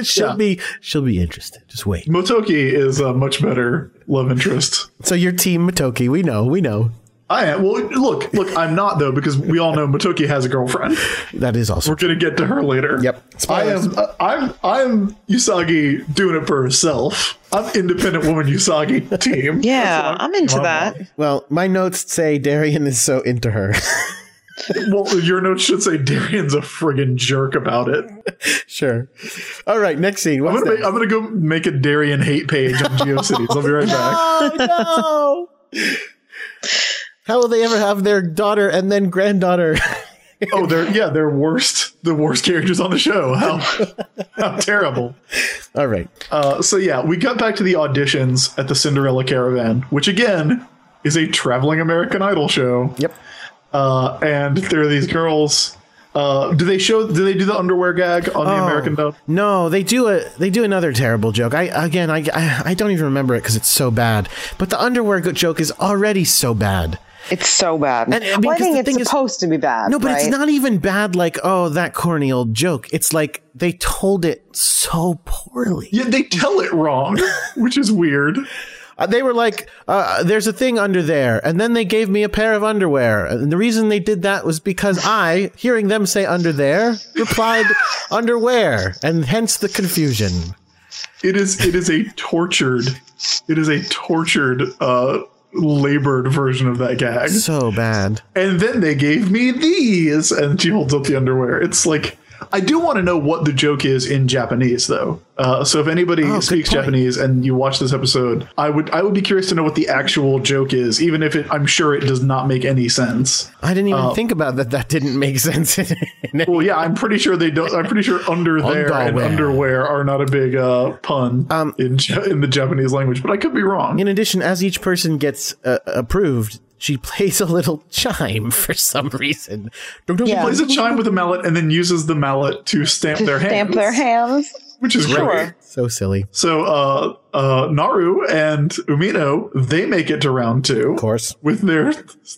she'll Yeah. be she'll be interested. Just wait. Motoki is a much better love interest. So your team Matoki, we know, we know I am. Well, look, look, I'm not though because we all know Motoki has a girlfriend. that is also We're gonna get to her later. Yep. I am. uh, I'm. I'm Usagi doing it for herself. I'm independent woman Usagi team. Yeah, I'm into that. well. My notes say Darian is so into her. Well, your notes should say Darian's a friggin' jerk about it. [LAUGHS] sure. All right. Next scene. What's I'm gonna, next? make, I'm gonna go make a Darian hate page on GeoCities. I'll be right [LAUGHS] back. Oh no! How will they ever have their daughter and then granddaughter? [LAUGHS] Oh, they're yeah, they're worst. The worst characters on the show. How how terrible. All right. Uh, so yeah, we got back to the auditions at the Cinderella Caravan, which again is a traveling American Idol show. Yep. Uh, and there are these girls. Uh, do they show? Do they do the underwear gag on the American Dub? No, they do a they do another terrible joke. I again, I I, I don't even remember it because it's so bad. But the underwear go- joke is already so bad. It's so bad. And, I mean, Well, 'cause I think the it's thing is- supposed to be bad. No, but it's right? not even bad. Like oh, that corny old joke. It's like they told it so poorly. Yeah, they tell it wrong, which is weird. Uh, They were like, uh, "There's a thing under there," and then they gave me a pair of underwear. And the reason they did that was because I, hearing them say "under there," [LAUGHS] replied "underwear," and hence the confusion. It is it is a tortured it is a tortured uh labored version of that gag. So bad. And then they gave me these and she holds up the underwear. It's like I do want to know what the joke is in Japanese though. Uh, so if anybody Oh, good speaks point. Japanese and you watch this episode, I would I would be curious to know what the actual joke is even if it, I'm sure it does not make any sense. I didn't even Uh, think about that. That didn't make sense. [LAUGHS] in it. Well, yeah, I'm pretty sure they don't. I'm pretty sure [LAUGHS] under there and Underwear. Um, underwear are not a big uh, pun in Ja- in the Japanese language, but I could be wrong. In addition, as each person gets uh, approved, she plays a little chime for some reason. Dum, dum, Yeah. dum, plays a chime with a mallet and then uses the mallet to stamp to their hands, stamp their hands. which is great. Sure. So silly. Of So uh, uh, Naru and Umino they make it to round two course. with their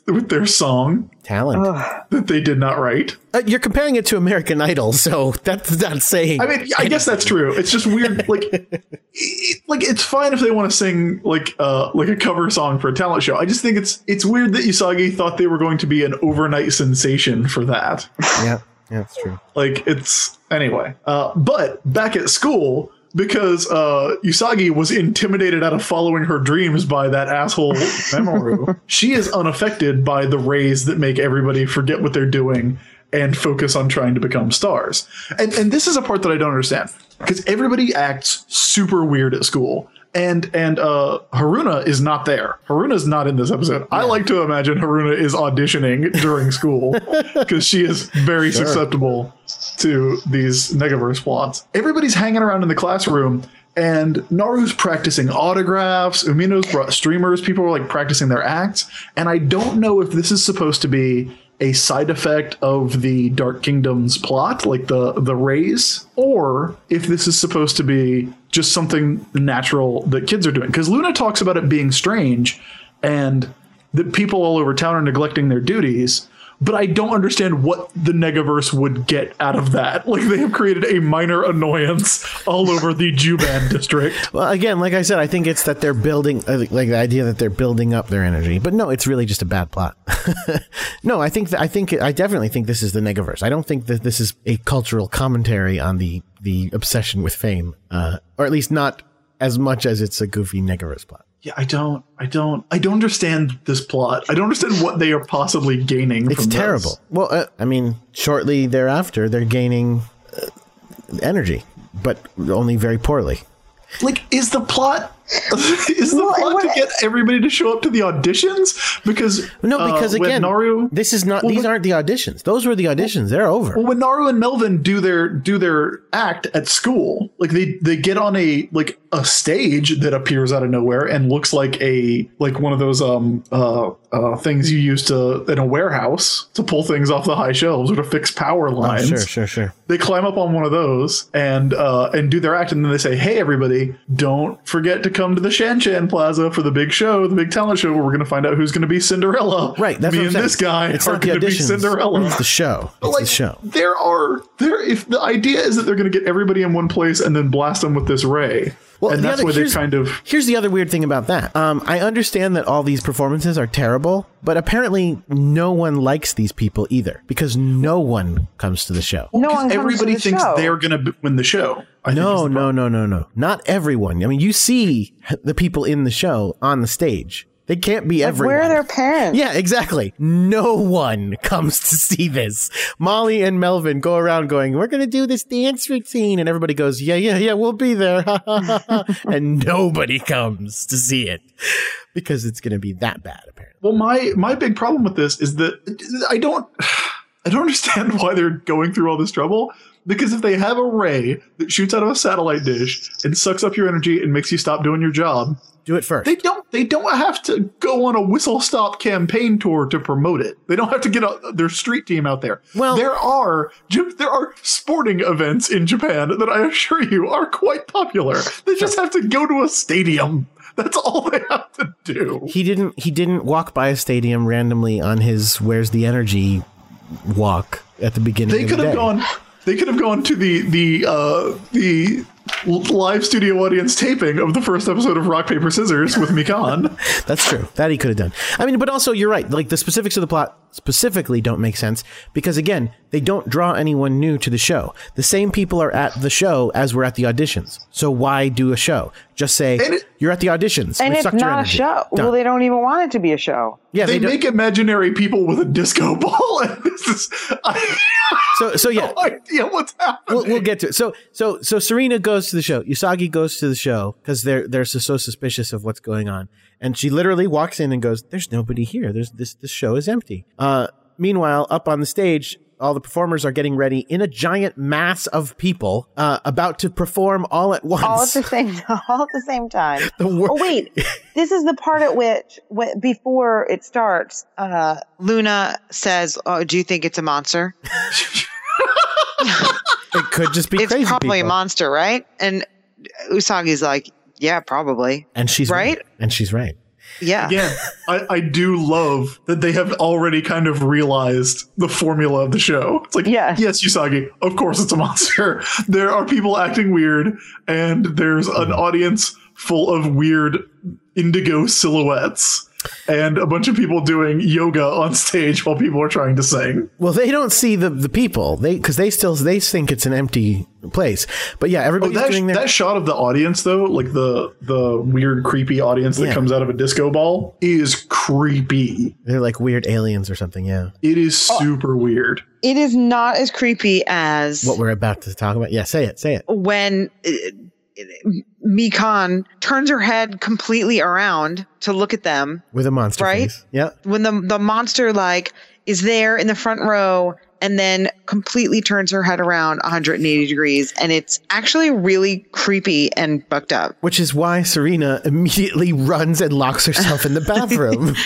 with their song Talent. that they did not write. Uh, you're comparing it to American Idol, so [LAUGHS] that's not saying. I mean, I guess that's true. It's just weird. Like, it- like it's fine if they want to sing like uh like a cover song for a talent show. I just think it's it's weird that Usagi thought they were going to be an overnight sensation for that. yeah, yeah, that's true. Like it's anyway. Uh, but back at school. Because uh, Usagi was intimidated out of following her dreams by that asshole Memoru, she is unaffected by the rays that make everybody forget what they're doing and focus on trying to become stars. And and this is a part that I don't understand because everybody acts super weird at school. And and uh, Haruna is not there. Haruna's not in this episode. I like to imagine Haruna is auditioning during school because she is very susceptible to these negaverse plots. Everybody's hanging around in the classroom, and Naru's practicing autographs. Umino's brought streamers. People are like practicing their acts, and I don't know if this is supposed to be a side effect of the Dark Kingdom's plot, like the the rays, or if this is supposed to be just something natural that kids are doing. Because Luna talks about it being strange, and that people all over town are neglecting their duties. But I don't understand what the Negaverse would get out of that. [LAUGHS] Like they have created a minor annoyance all over the Juban [LAUGHS] district. Well, again, like I said, I think it's that they're building, uh, like the idea that they're building up their energy. But no, it's really just a bad plot. [LAUGHS] no, I think, th- I think, I definitely think this is the negaverse. I don't think that this is a cultural commentary on the the obsession with fame, uh, or at least not as much as it's a goofy negaverse plot. Yeah, I don't, I don't, I don't understand this plot. I don't understand what they are possibly gaining. It's from this. terrible. Well, uh, I mean, shortly thereafter, they're gaining uh, energy, but only very poorly. like is the plot [LAUGHS] is the Well, plot what- to get everybody to show up to the auditions because No, uh, because when again, Naru, this is not. Well, these but- aren't the auditions. Those were the auditions. They're over. when Naru and Melvin do their do their act at school like they they get on a like a stage that appears out of nowhere and looks like a like one of those um uh, uh things you use to in a warehouse to pull things off the high shelves or to fix power Oh, lines sure, sure, sure. they climb up on one of those and uh, and do their act, and then they say, "Hey, everybody, don't forget to come to the Shan Shan Plaza for the big show, the big talent show, where we're going to find out who's going to be Cinderella." Right. That's me what I'm and saying. this guy It's are not the going to be auditions. [LAUGHS] Cinderella. It's the show. It's Like the show. there are there if the idea is that they're going to get everybody in one place and then blast them with this ray, and the that's other- why they here's- kind of Here's the other weird thing about that. Um, I understand that all these performances are terrible, but apparently no one likes these people either because no one comes to the show. No one comes to everybody the thinks show. they're going to win the show. I think is No, the no, no, no, no. Not everyone. I mean, you see the people in the show on the stage. They can't be everyone. Where are their parents? Yeah, exactly. No one comes to see this. Molly and Melvin go around going, "We're going to do this dance routine," and everybody goes, "Yeah, yeah, yeah, we'll be there," [LAUGHS] and nobody comes to see it because it's going to be that bad, apparently. Well, my my big problem with this is that I don't I don't [LAUGHS] understand why they're going through all this trouble. Because if they have a ray that shoots out of a satellite dish and sucks up your energy and makes you stop doing your job, Do it first. they don't they don't have to go on a whistle stop campaign tour to promote it. They don't have to get a, their street team out there. Well- there are Ja- there are sporting events in Japan that I assure you are quite popular. They just have to go to a stadium. That's all they have to do. he didn't. He didn't walk by a stadium randomly on his "Where's the Energy" walk at the beginning. they of could the have day. gone they could have gone to the the uh the l- live studio audience taping of the first episode of Rock Paper Scissors with Mikan. That's true. That he could have done. I mean, but also you're right. Like the specifics of the plot specifically don't make sense because again, they don't draw anyone new to the show. The same people are at the show as we're at the auditions. So why do a show? Just say And it- you're at the auditions. And We it's sucked your not a energy." show. Done. Well, they don't even want it to be a show. yeah, They, they, make don't. imaginary people with a disco ball. [LAUGHS] And this is, I So so yeah. have [LAUGHS] no idea what's happening. We'll, we'll get to it. So, so, so Serena goes to the show. Usagi goes to the show because they're they're so, so suspicious of what's going on, and she literally walks in and goes, "There's nobody here. There's this this show is empty." Uh, meanwhile, up on the stage, all the performers are getting ready in a giant mass of people uh, about to perform all at once. all at the [LAUGHS] same [LAUGHS] all at the same time. wor- oh wait, this is the part at which wh- before it starts, uh, Luna says, "Oh, do you think it's a [LAUGHS] monster? it could just be Oh, it's crazy probably a people. monster, right?" And Usagi's like, "Yeah, probably. and she's right? and she's right. Yeah, Again, I, I do love that they have already kind of realized the formula of the show. It's like, Yeah. yes, Usagi, of course it's a monster. [LAUGHS] There are people acting weird, and there's an audience full of weird indigo silhouettes and a bunch of people doing yoga on stage while people are trying to sing. Well, they don't see the the people. They because they still they think it's an empty place. But yeah, Oh, everybody's that, doing their that shot of the audience though, like the the weird creepy audience that Yeah. comes out of a disco ball is creepy. they're like weird aliens or something. Yeah. It is Oh. super weird. it is not as creepy as what we're about to talk about. Yeah, say it, say it. when." uh, Mikan turns her head completely around to look at them With a monster Right? face. Yeah. when the the monster like is there in the front row and then completely turns her head around 180 degrees and it's actually really creepy and bucked up Which is why Serena immediately runs and locks herself in the [LAUGHS] bathroom.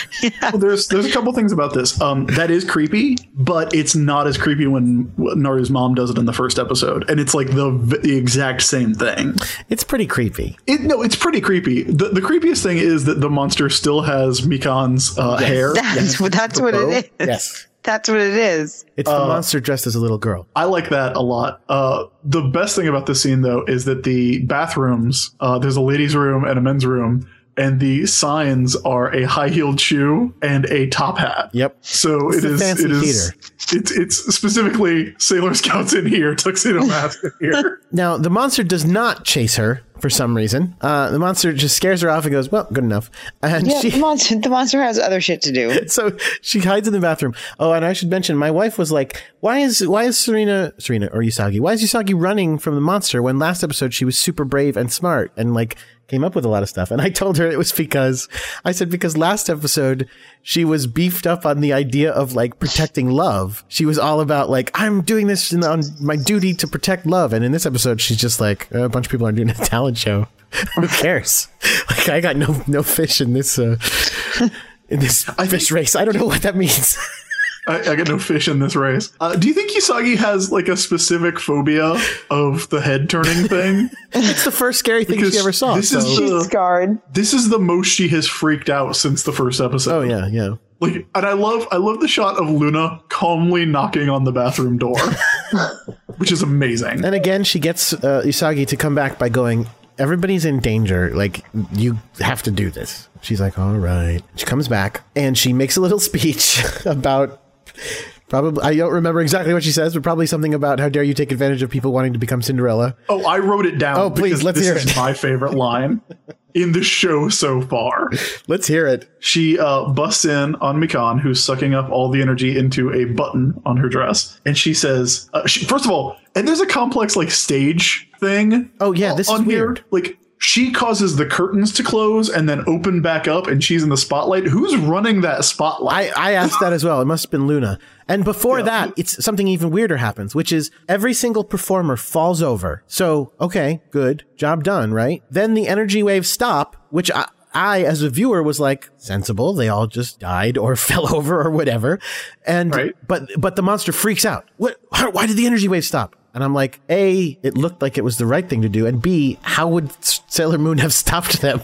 Well, there's there's a couple things about this. Um, that is creepy, but it's not as creepy when Naru's mom does it in the first episode, and it's like the the exact same thing. it's pretty creepy. It, no, it's pretty creepy. The, the creepiest thing is that the monster still has Mikan's uh, [LAUGHS] hair. that's, that's what it is Yes. that's what it is It's the monster dressed as a little girl. I like that a lot. Uh, the best thing about this scene, though, is that the bathrooms uh, there's a ladies' room and a men's room, and the signs are a high heeled shoe and a top hat. Yep. So It's it a is. fancy it is. It's it's specifically Sailor Scouts in here, [LAUGHS] tuxedo mask in [LAUGHS] here. Now, the monster does not chase her for some reason. Uh, the monster just scares her off and goes, well, good enough. And yeah, she. the, monster, the monster has other shit to [LAUGHS] do So she hides in the bathroom. Oh, and I should mention, my wife was like, "Why is why is Serena Serena or Usagi? Why is Usagi running from the monster when last episode she was super brave and smart and like came up with a lot of stuff?" And I told her it was because I said because last episode she was beefed up on the idea of like protecting love. She was all about like I'm doing this in- on my duty to protect love, and in this episode she's just like a bunch of people are doing a talent show. Who cares? [LAUGHS] Like I got no no fish in this. Uh, in this fish race. I don't know what that means. I, I got no fish in this race. Uh, do you think Usagi has like a specific phobia of the head turning [LAUGHS] thing? [LAUGHS] it's the first scary thing Because she ever saw. this so. is she's scarred this is the most she has freaked out since the first episode. oh yeah, yeah. Like, and I love I love the shot of Luna calmly knocking on the [LAUGHS] bathroom door, which is amazing. And again, she gets uh, Usagi to come back by going, "Everybody's in danger. Like you have to do this." She's like, "All right." She comes back and she makes a little [LAUGHS] speech about. Probably, I don't remember exactly what she says, but probably something about how dare you take advantage of people wanting to become Cinderella. Oh, I wrote it down. Oh, please, because let's this hear is it. my favorite line in the show so far. Let's hear it. She uh, busts in on Mikan, who's sucking up all the energy into a button on her dress, and she says, uh, she, first of all, and there's a complex like stage thing. Oh, yeah, this on is here. weird. Like she causes the curtains to close and then open back up, and she's in the spotlight. Who's running that spotlight? I, I asked that as well. It must have been Luna. And before that, it's something even weirder happens, which is every single performer falls over. So, okay, good. Job done, right? Then the energy waves stop, which I, I as a viewer was like, sensible. They all just died or [LAUGHS] fell over or whatever. And, Right. but, but the monster freaks out. What, how- why did the energy wave stop? And I'm like, A, it looked like it was the right thing to do. And [LAUGHS] B, how would S- Sailor Moon have stopped them?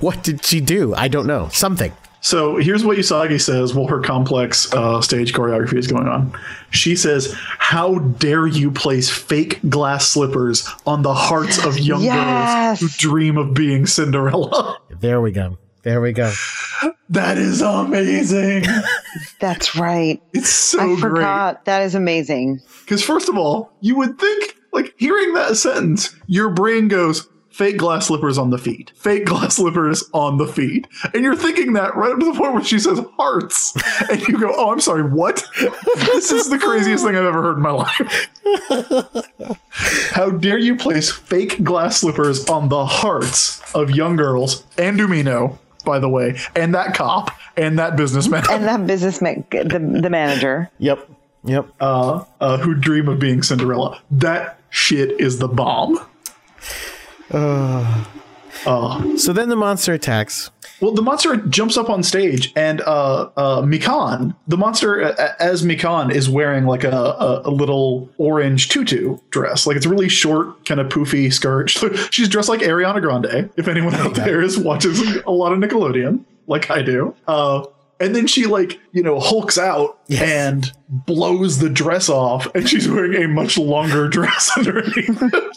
What did she do? I don't know. Something. So here's what Usagi says while her complex uh, stage choreography is going on. She says, How dare you place fake glass slippers on the hearts [LAUGHS] of young Yes. girls who dream of being Cinderella? [LAUGHS] There we go. There we go. that is amazing. That's right. It's so I great. forgot. That is amazing. Because, first of all, you would think, like, hearing that sentence, your brain goes, fake glass slippers on the feet, fake glass [LAUGHS] slippers on the feet. And you're thinking that right up to the point where she says hearts. And you go, oh, I'm sorry, what? this is the craziest thing I've ever heard in my life. How dare you place fake glass slippers on the hearts of young girls and Umino, by the way, and that cop and that businessman And that business ma- the, the manager. Yep. Yep. uh, uh, who dream of being Cinderella. That shit is the bomb. So then the monster attacks. Well, the monster jumps up on stage, and uh, uh, Mikan, the monster uh, uh, as Mikan, is wearing like a, a, a little orange tutu dress. Like it's a really short, kind of poofy skirt. [LAUGHS] She's dressed like Ariana Grande. If anyone out there is watches a lot of Nickelodeon, like I do, uh, and then she like you know hulks out Yes. and blows the dress off, and she's wearing a much longer [LAUGHS] dress underneath. it.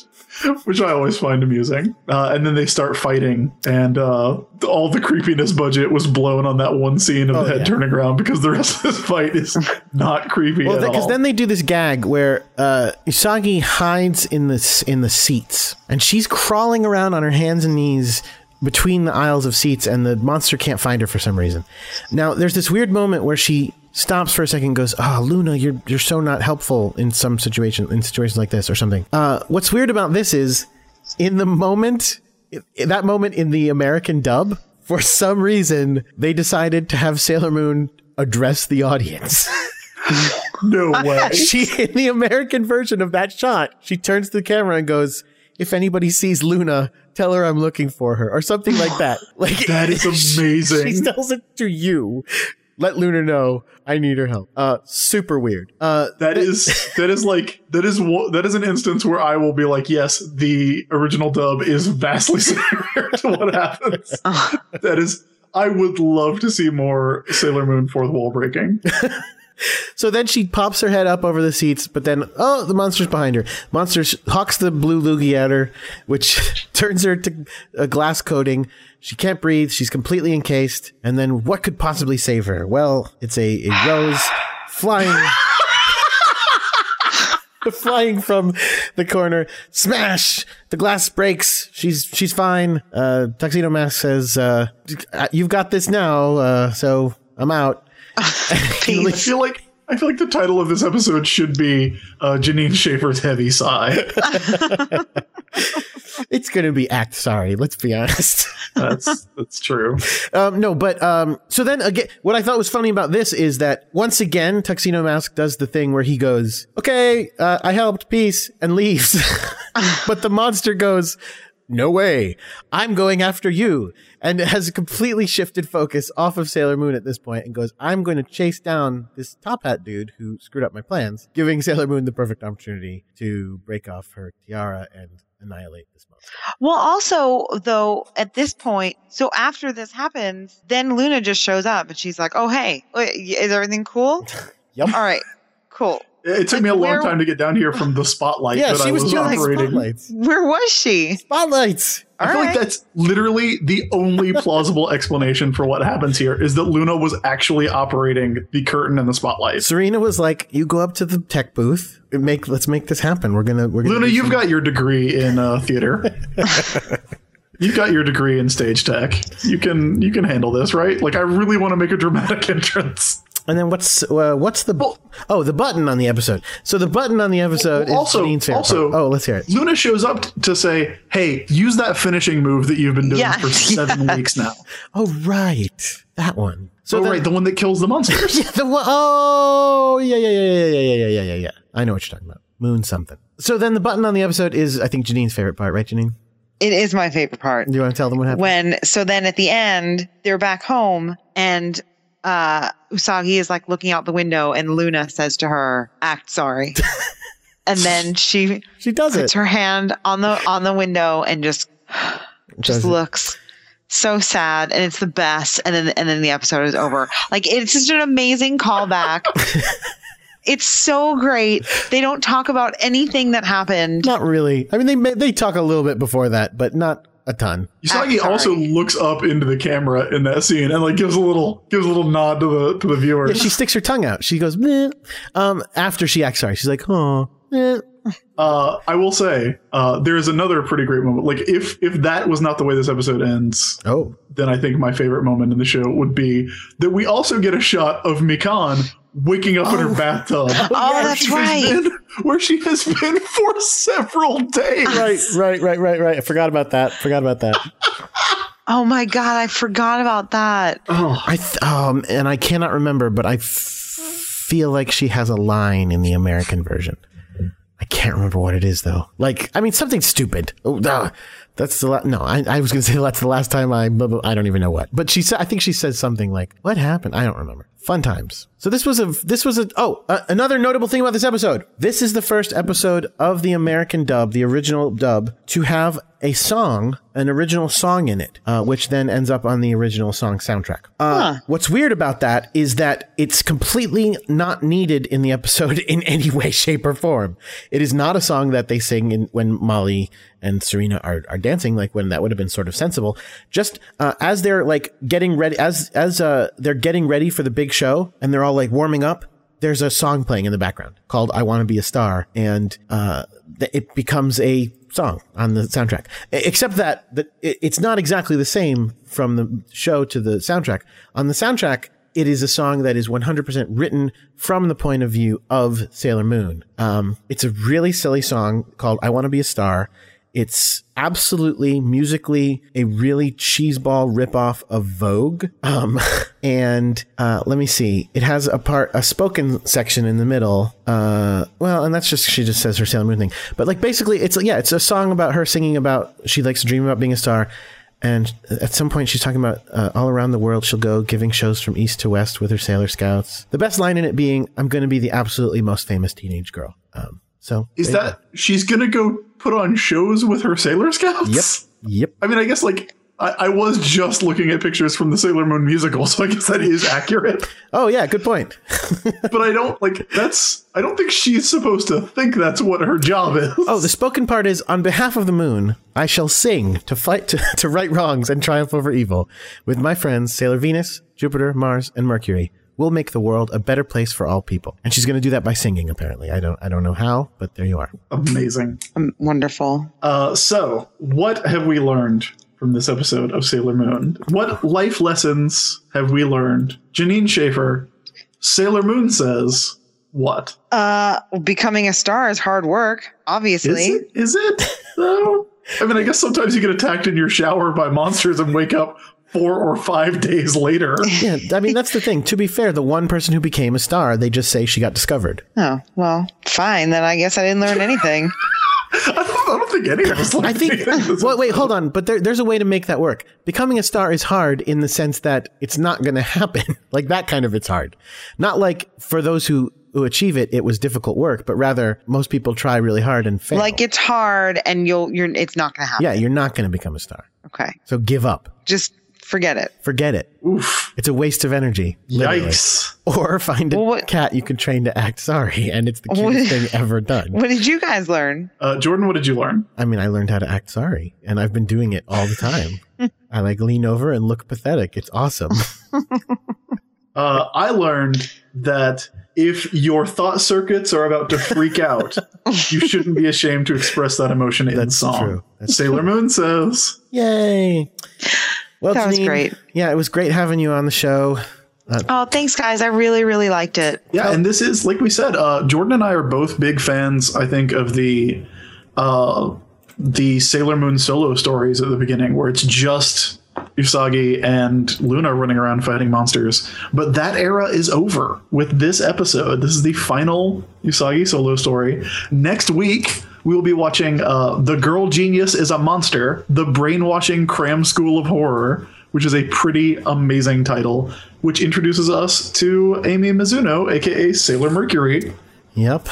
which I always find amusing. Uh, and then they start fighting, and uh, all the creepiness budget was blown on that one scene of the head Oh, yeah. turning around because the rest of this fight [LAUGHS] is not creepy Well, at because all. then they do this gag where uh, Usagi hides in the s- in the seats, and she's crawling around on her hands and knees between the aisles of seats, and the monster can't find her for some reason. Now, there's this weird moment where she stops for a second, and goes, "Ah, Luna, you're you're so not helpful in some situation in situations like this or something." Uh, what's weird about this is, in the moment, in that moment in the American dub, for some reason, they decided to have Sailor Moon address the audience. [LAUGHS] no way. she in the American version of that shot, she turns to the camera and goes, "If anybody sees Luna, tell her I'm looking for her," or something like that. Like That is [LAUGHS] amazing. She tells it to you. Let Luna know I need her help. Uh, super weird. Uh, That is that is like that is wo- that is an instance where I will be like, yes, the original dub is vastly [LAUGHS] superior [LAUGHS] to what happens. Uh. that is, I would love to see more Sailor Moon fourth wall breaking. so then she pops her head up over the seats, but then oh, the monster's behind her. Monster sh- hawks the blue loogie at her, which [LAUGHS] turns her to a glass coating. She can't breathe. She's completely encased. And then what could possibly save her? Well, it's a, a rose flying. [LAUGHS] flying from the corner. Smash! The glass breaks. She's she's fine. Uh, Tuxedo Mask says, uh, "You've got this now." Uh, so I'm out. I feel like I feel like the title of this episode should be uh, Janine Schaefer's heavy sigh. It's gonna be act sorry. Let's be honest. [LAUGHS] That's that's true. Um, no, but um, so then again, what I thought was funny about this is that once again, Tuxedo Mask does the thing where he goes, "Okay, uh, I helped, peace," and leaves. [LAUGHS] but the monster goes, "No way, I'm going after you," and it has a completely shifted focus off of Sailor Moon at this point and goes, "I'm going to chase down this top hat dude who screwed up my plans," giving Sailor Moon the perfect opportunity to break off her tiara and annihilate this monster. Well, also though, at this point, so after this happens, then Luna just shows up and she's like, "Oh hey, wait, is everything cool? Yep. All right, cool. It, it took me a long Where- time to get down here from the spotlight Yeah, that she I was was doing like operating. spotlights. Where was she? Spotlights. All right, I feel like that's literally the only [LAUGHS] plausible explanation for what happens here is that Luna was actually operating the curtain and the spotlight. Serena was like, "You go up to the tech booth. Make let's make this happen. We're gonna we're gonna." Luna, do you've some- got your degree in uh, [LAUGHS] theater. You've got your degree in stage tech. You can you can handle this, right? Like I really want to make a dramatic [LAUGHS] entrance. And then what's uh, what's the oh the button on the episode? So the button on the episode Well, also- is Janine's favorite also- part. oh let's hear it. Luna shows up t- to say, "Hey, use that finishing move that you've been doing Yeah. [LAUGHS] for seven weeks now." Oh right, that one. So oh, then- right, the one that kills [LAUGHS] the monsters. The one, oh, yeah, yeah, yeah, yeah, yeah, yeah, yeah, yeah, yeah. I know what you're talking about. Moon something. So then the button on the episode is, I think, Janine's favorite part, right, Janine? it is my favorite part. Do you want to tell them what happened? when so then at the end they're back home and uh usagi is like looking out the window and luna says to her act sorry and then she she does it. puts her hand on the on the window and just Does just it. looks so sad and it's the best and then and then the episode is over like it's just an amazing [LAUGHS] callback it's so great they don't talk about anything that happened Not really. I mean, they ma- they talk a little bit before that, but not a ton. Usagi sorry. also looks up into the camera in that scene and like gives a little gives a little nod to the to the viewer. Yeah, she sticks her tongue out. She goes, Meh. um, after she acts sorry, she's like, oh, meh." Uh, I will say uh, there is another pretty great moment. Like if if that was not the way this episode ends, oh, then I think my favorite moment in the show would be that we also get a shot of Mikan waking up in her bathtub. [LAUGHS] Oh, Where that's she has right. been- where she has been [LAUGHS] for several days. right, right, right, right, right. I forgot about that. Forgot about that. oh my god i forgot about that I th- um, and I cannot remember, but I f- feel like she has a line in the American version. I can't remember what it is though. Like, I mean, something stupid. Oh, ah, that's the la- no. I, I was gonna [LAUGHS] say that's the last time I. Blah, blah, I don't even know what. But she said. I think she said something like, "What happened?" I don't remember. Fun times. So this was a. This was a. Oh, uh, another notable thing about this episode. This is the first episode of the American dub, the original dub, to have a song, an original song in it, uh, which then ends up on the original song soundtrack. Uh, What's weird about that is that it's completely not needed in the episode [LAUGHS] in any way, shape, or form. It is not a song that they sing in, when Molly and Serena are, are dancing, like when that would have been sort of sensible. Just uh, as they're like getting ready, as as uh, they're getting ready for the big show, and they're all like warming up there's a song playing in the background called "I Want to Be a Star," and uh, th- it becomes a song on the soundtrack. E- Except that that it- it's not exactly the same from the show to the soundtrack. On the soundtrack, it is a song that is 100% written from the point of view of Sailor Moon. Um, it's a really silly song called "I Want to Be a Star." It's absolutely musically a really cheeseball ripoff of Vogue. Um, [LAUGHS] and uh, let me see, it has a part, a spoken section in the middle. Uh, well, and that's just she just says her Sailor Moon thing. But like basically, it's yeah, it's a song about her singing about she likes to dream about being a star. And at some point, she's talking about uh, all around the world she'll go giving shows from east to west with her Sailor Scouts. The best line in it being, "I'm going to be the absolutely most famous teenage girl." Um, so Is that she's gonna go put on shows with her Sailor Scouts? yep? I mean, I guess like I, I was just looking at pictures from the Sailor Moon musical, so I guess that is accurate. Oh yeah, good point. But I don't like that's I don't think she's supposed to think that's what her job is. Oh, the spoken part is on behalf of the moon, I shall sing to fight to, [LAUGHS] to right wrongs and triumph over evil with my friends Sailor Venus, Jupiter, Mars, and Mercury. We'll make the world a better place for all people. And she's going to do that by singing apparently. I don't I don't know how, but there you are. Amazing. Um, wonderful Uh, so, what have we learned from this episode of Sailor Moon? What life lessons have we learned? Janine Schaefer, Sailor Moon says what? uh becoming a star is hard work Is obviously it? Is it? Though? I mean, I guess sometimes you get attacked in your shower by monsters and wake up four or five days later. Yeah, I mean that's the thing. To be fair, the one person who became a star, they just say she got discovered. oh well fine then i guess i didn't learn [LAUGHS] anything I don't, I don't think any of us. I learned [LAUGHS] think. anything this well, wait, hold on. But there, there's a way to make that work. Becoming a star is hard in the sense that it's not going to happen. [LAUGHS] like that kind of it's hard. Not like for those who who achieve it, it was difficult work. But rather, most people try really hard and fail. like it's hard and you'll you're it's not gonna happen yeah, you're not going to become a star. okay So give up. just forget it Forget it. Oof. It's a waste of energy. literally. Yikes. Or find a Well, what- cat you can train to act sorry, and it's the What- cutest thing ever done. what did you guys learn Uh, Jordan, what did you learn? I mean, I learned how to act sorry, and I've been doing it all the [LAUGHS] time. I like lean over and look pathetic. It's awesome. Uh, I learned that if your thought circuits are about to freak out, you shouldn't be ashamed to express that emotion in That's song. true. That's Sailor Moon says, Yay. Well, That was Janine, great. Yeah, it was great having you on the show. oh thanks guys i really really liked it "Yeah." And this is like we said. Uh, Jordan and I are both big fans. I think of the uh, the Sailor Moon solo stories at the beginning, where it's just Usagi and Luna running around fighting monsters. But that era is over with this episode. This is the final Usagi solo story. Next week, we will be watching uh, The Girl Genius is a Monster, The Brainwashing Cram School of Horror, which is a pretty amazing title, which introduces us to Amy Mizuno, aka Sailor Mercury, Yep.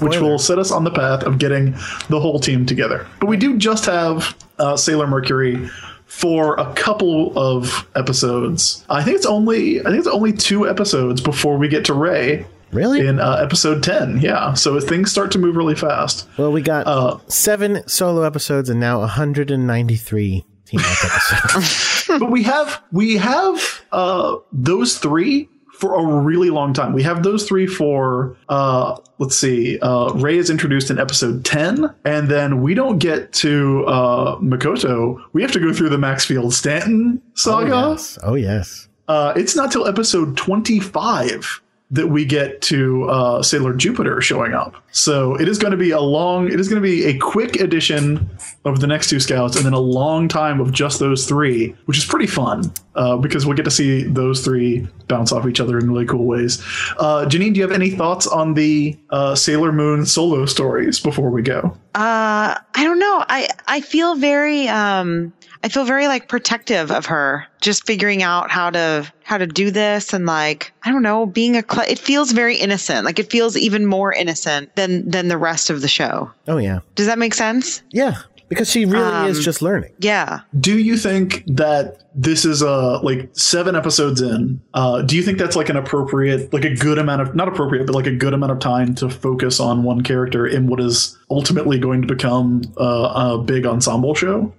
which will set us on the path of getting the whole team together. But we do just have uh, Sailor Mercury for a couple of episodes. I think it's only I think it's only two episodes before we get to Ray Really? in uh, episode ten. Yeah, so things start to move really fast. well, we got Uh, seven solo episodes and now 193 team [LAUGHS] up Oh, episodes. but we have we have uh, those three for a really long time. We have those three for uh, let's see. Uh, Ray is introduced in episode ten, and then we don't get to uh, Makoto. We have to go through the Maxfield Stanton saga. oh, yes. Uh, it's not till episode twenty-five that we get to uh, Sailor Jupiter showing up. So it is going to be a long. It is going to be a quick edition of the next two scouts, and then a long time of just those three, which is pretty fun uh, because we'll get to see those three bounce off each other in really cool ways. Uh, Janine, do you have any thoughts on the uh, Sailor Moon solo stories before we go? Uh, I don't know. I I feel very um I feel very like protective of her just figuring out how to how to do this and like I don't know, being a cl- it feels very innocent. Like it feels even more innocent than than the rest of the show. Oh, yeah. Does that make sense? Yeah. Because she really is Um, just learning. Yeah. do you think that this is uh, like seven episodes in uh, do you think that's like an appropriate like a good amount of not appropriate but like a good amount of time to focus on one character in what is ultimately going to become uh, a big ensemble show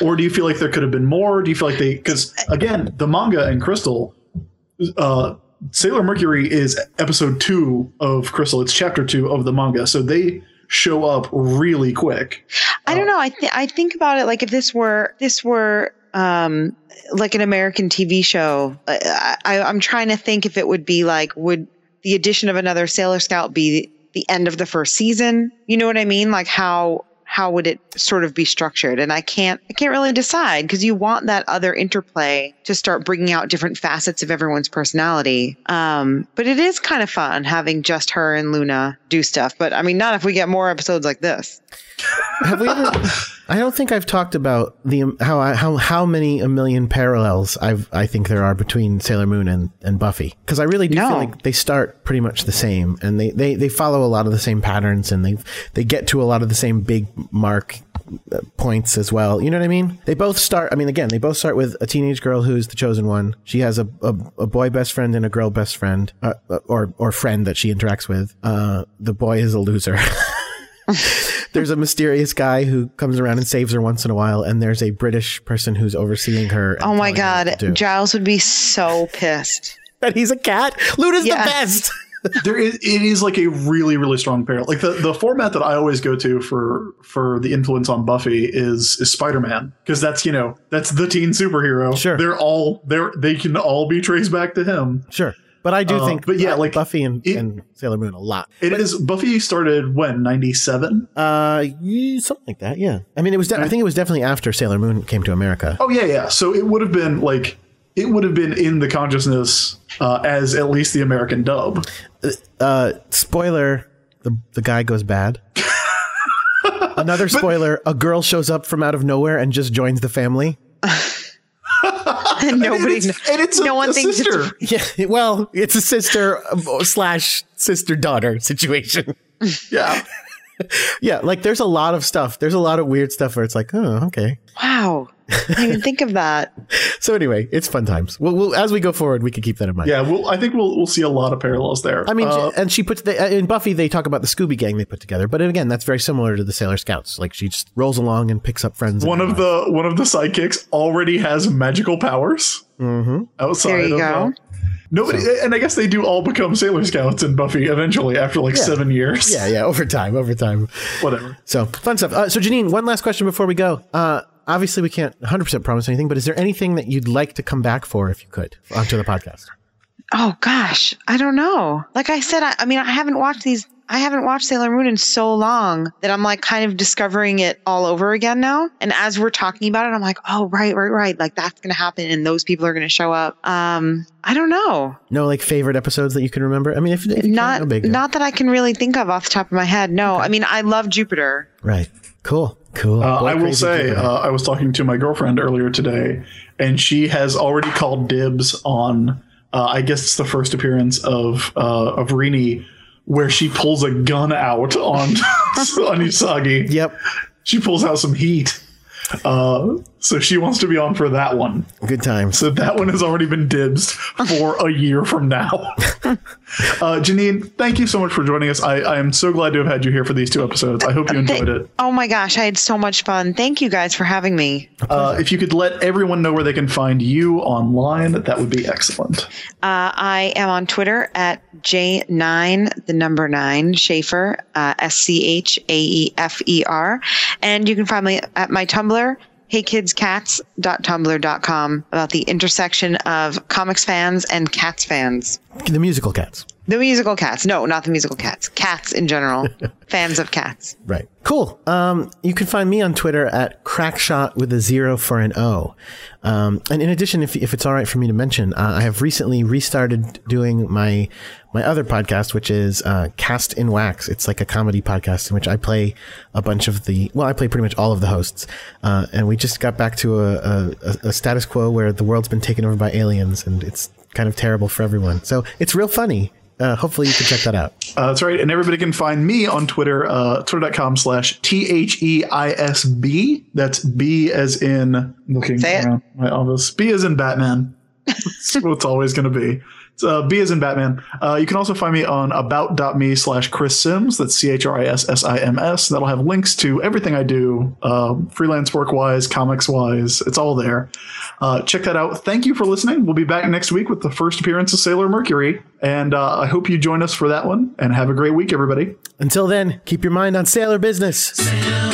or do you feel like there could have been more do you feel like they because again the manga and crystal uh, Sailor Mercury is episode two of Crystal. It's chapter two of the manga, so they show up really quick. I don't know. I th- I think about it like if this were this were um like an American TV show. uh, I, I I'm trying to think if it would be like would the addition of another Sailor Scout be the end of the first season? You know what I mean? Like how how would it sort of be structured? And I can't I can't really decide because you want that other interplay to start bringing out different facets of everyone's personality. Um, but it is kind of fun having just her and Luna do stuff. But I mean, not if we get more episodes like this. Have we ever, I don't think I've talked about the um, how I, how how many a million parallels I've I think there are between Sailor Moon and, and Buffy because I really do No. feel like they start pretty much the same and they, they, they follow a lot of the same patterns and they they get to a lot of the same big mark uh, points as well. You know what I mean? They both start. I mean, again, they both start with a teenage girl who is the chosen one. She has a a, a boy best friend and a girl best friend uh, or or friend that she interacts with. Uh, the boy is a loser. [LAUGHS] there's a mysterious guy who comes around and saves her once in a while, and there's a British person who's overseeing her. and Oh my telling her what god, to do. Giles would be so pissed. that he's a cat. Luna's Yeah. the best. [LAUGHS] there is it is like a really really strong parallel. Like the, the format that I always go to for for the influence on Buffy is is Spider Man because that's you know that's the teen superhero. Sure. they're all they're they can all be traced back to him. sure, but I do Uh, think, but yeah, Bu- like, Buffy and, it- and Sailor Moon a lot. It is Buffy started when ninety seven. Uh, yeah, something like that. Yeah, I mean, it was. De- I think it was definitely after Sailor Moon came to America. Oh yeah, yeah. So it would have been like it would have been in the consciousness uh, as at least the American dub. Uh, spoiler: the the guy goes [LAUGHS] bad. Another spoiler: a girl shows up from out of nowhere and just joins the family. [LAUGHS] [LAUGHS] [LAUGHS] And nobody, and it's, and it's no a, one a thinks sister. it's. Yeah, well, it's a sister um, slash sister daughter situation. yeah. Yeah, like there's a lot of stuff. There's a lot of weird stuff where it's like, oh, okay. Wow, I didn't even think of that. So anyway, it's fun times. We'll, we'll as we go forward, we can keep that in mind. Yeah, well, I think we'll we'll see a lot of parallels there. I mean, Uh, and she puts the, in Buffy. They talk about the Scooby Gang they put together, but again, that's very similar to the Sailor Scouts. Like she just rolls along and picks up friends. one of the one of the sidekicks already has magical powers Mhm. outside There you of go. uh, nobody and i guess they do all become sailor scouts in buffy eventually after like seven years yeah, yeah. Over time, over time. [LAUGHS] whatever So fun stuff. Uh, so Janine, one last question before we go. Uh, obviously, we can't 100 percent promise anything, but is there anything that you'd like to come back for if you could onto the podcast? Oh gosh, I don't know. Like I said, I, I mean, I haven't watched these. I haven't watched Sailor Moon in so long that I'm like kind of discovering it all over again now. And as we're talking about it, I'm like, oh right, right, right. Like that's going to happen, and those people are going to show up. Um, I don't know. No, like favorite episodes that you can remember. I mean, if, if you can, Not no big deal. not that I can really think of off the top of my head. No, I mean, I love Jupiter. Right. Cool. Cool. uh, Boy, i will crazy say Jupiter. uh, i was talking to my girlfriend earlier today and she has already called dibs on uh, i guess it's the first appearance of uh, of rini where she [LAUGHS] pulls a gun out on [LAUGHS] on usagi yep. she pulls out some heat Uh, so she wants to be on for that one. Good times. So that one has already been dibsed for a year [LAUGHS] from now. Uh, Janine, thank you so much for joining us. I, I am so glad to have had you here for these two episodes. I hope you enjoyed it. Oh my gosh, I had so much fun. Thank you guys for having me. Uh, if you could let everyone know where they can find you online, that would be excellent. Uh, I am on Twitter at J9, the number nine, Schaefer, uh, S C H A E F E R. And you can find me at my Tumblr, heykidscats.tumblr.com, about the intersection of comics fans and cats fans. The musical cats. The musical cats. No, not the musical cats. Cats in [LAUGHS] general. fans of cats. Right. Cool. Um, you can find me on Twitter at crackshot with a zero for an O. Um, and in addition, if, if it's all right for me to mention, uh, I have recently restarted doing my my other podcast, which is uh, Cast in Wax. It's like a comedy podcast in which I play a bunch of the well, I play pretty much all of the hosts. Uh, and we just got back to a, a, a status quo where the world's been taken over by aliens, and it's kind of terrible for everyone. So it's real funny. Uh, hopefully, you can check that out. Uh, that's right. And everybody can find me on Twitter, uh, twitter.com slash T H E I S B. That's B as in looking Say it. around my office. B as in Batman. [LAUGHS] That's what it's always going to be. It's, uh, B as in Batman. Uh, you can also find me on about.me slash Chris Sims. That's C H R I S S I M S. That'll have links to everything I do, uh, freelance work wise, comics wise. It's all there. Uh, check that out. Thank you for listening. We'll be back next week with the first appearance of Sailor Mercury. And uh, I hope you join us for that one. And have a great week, everybody. Until then, keep your mind on sailor business. Sailor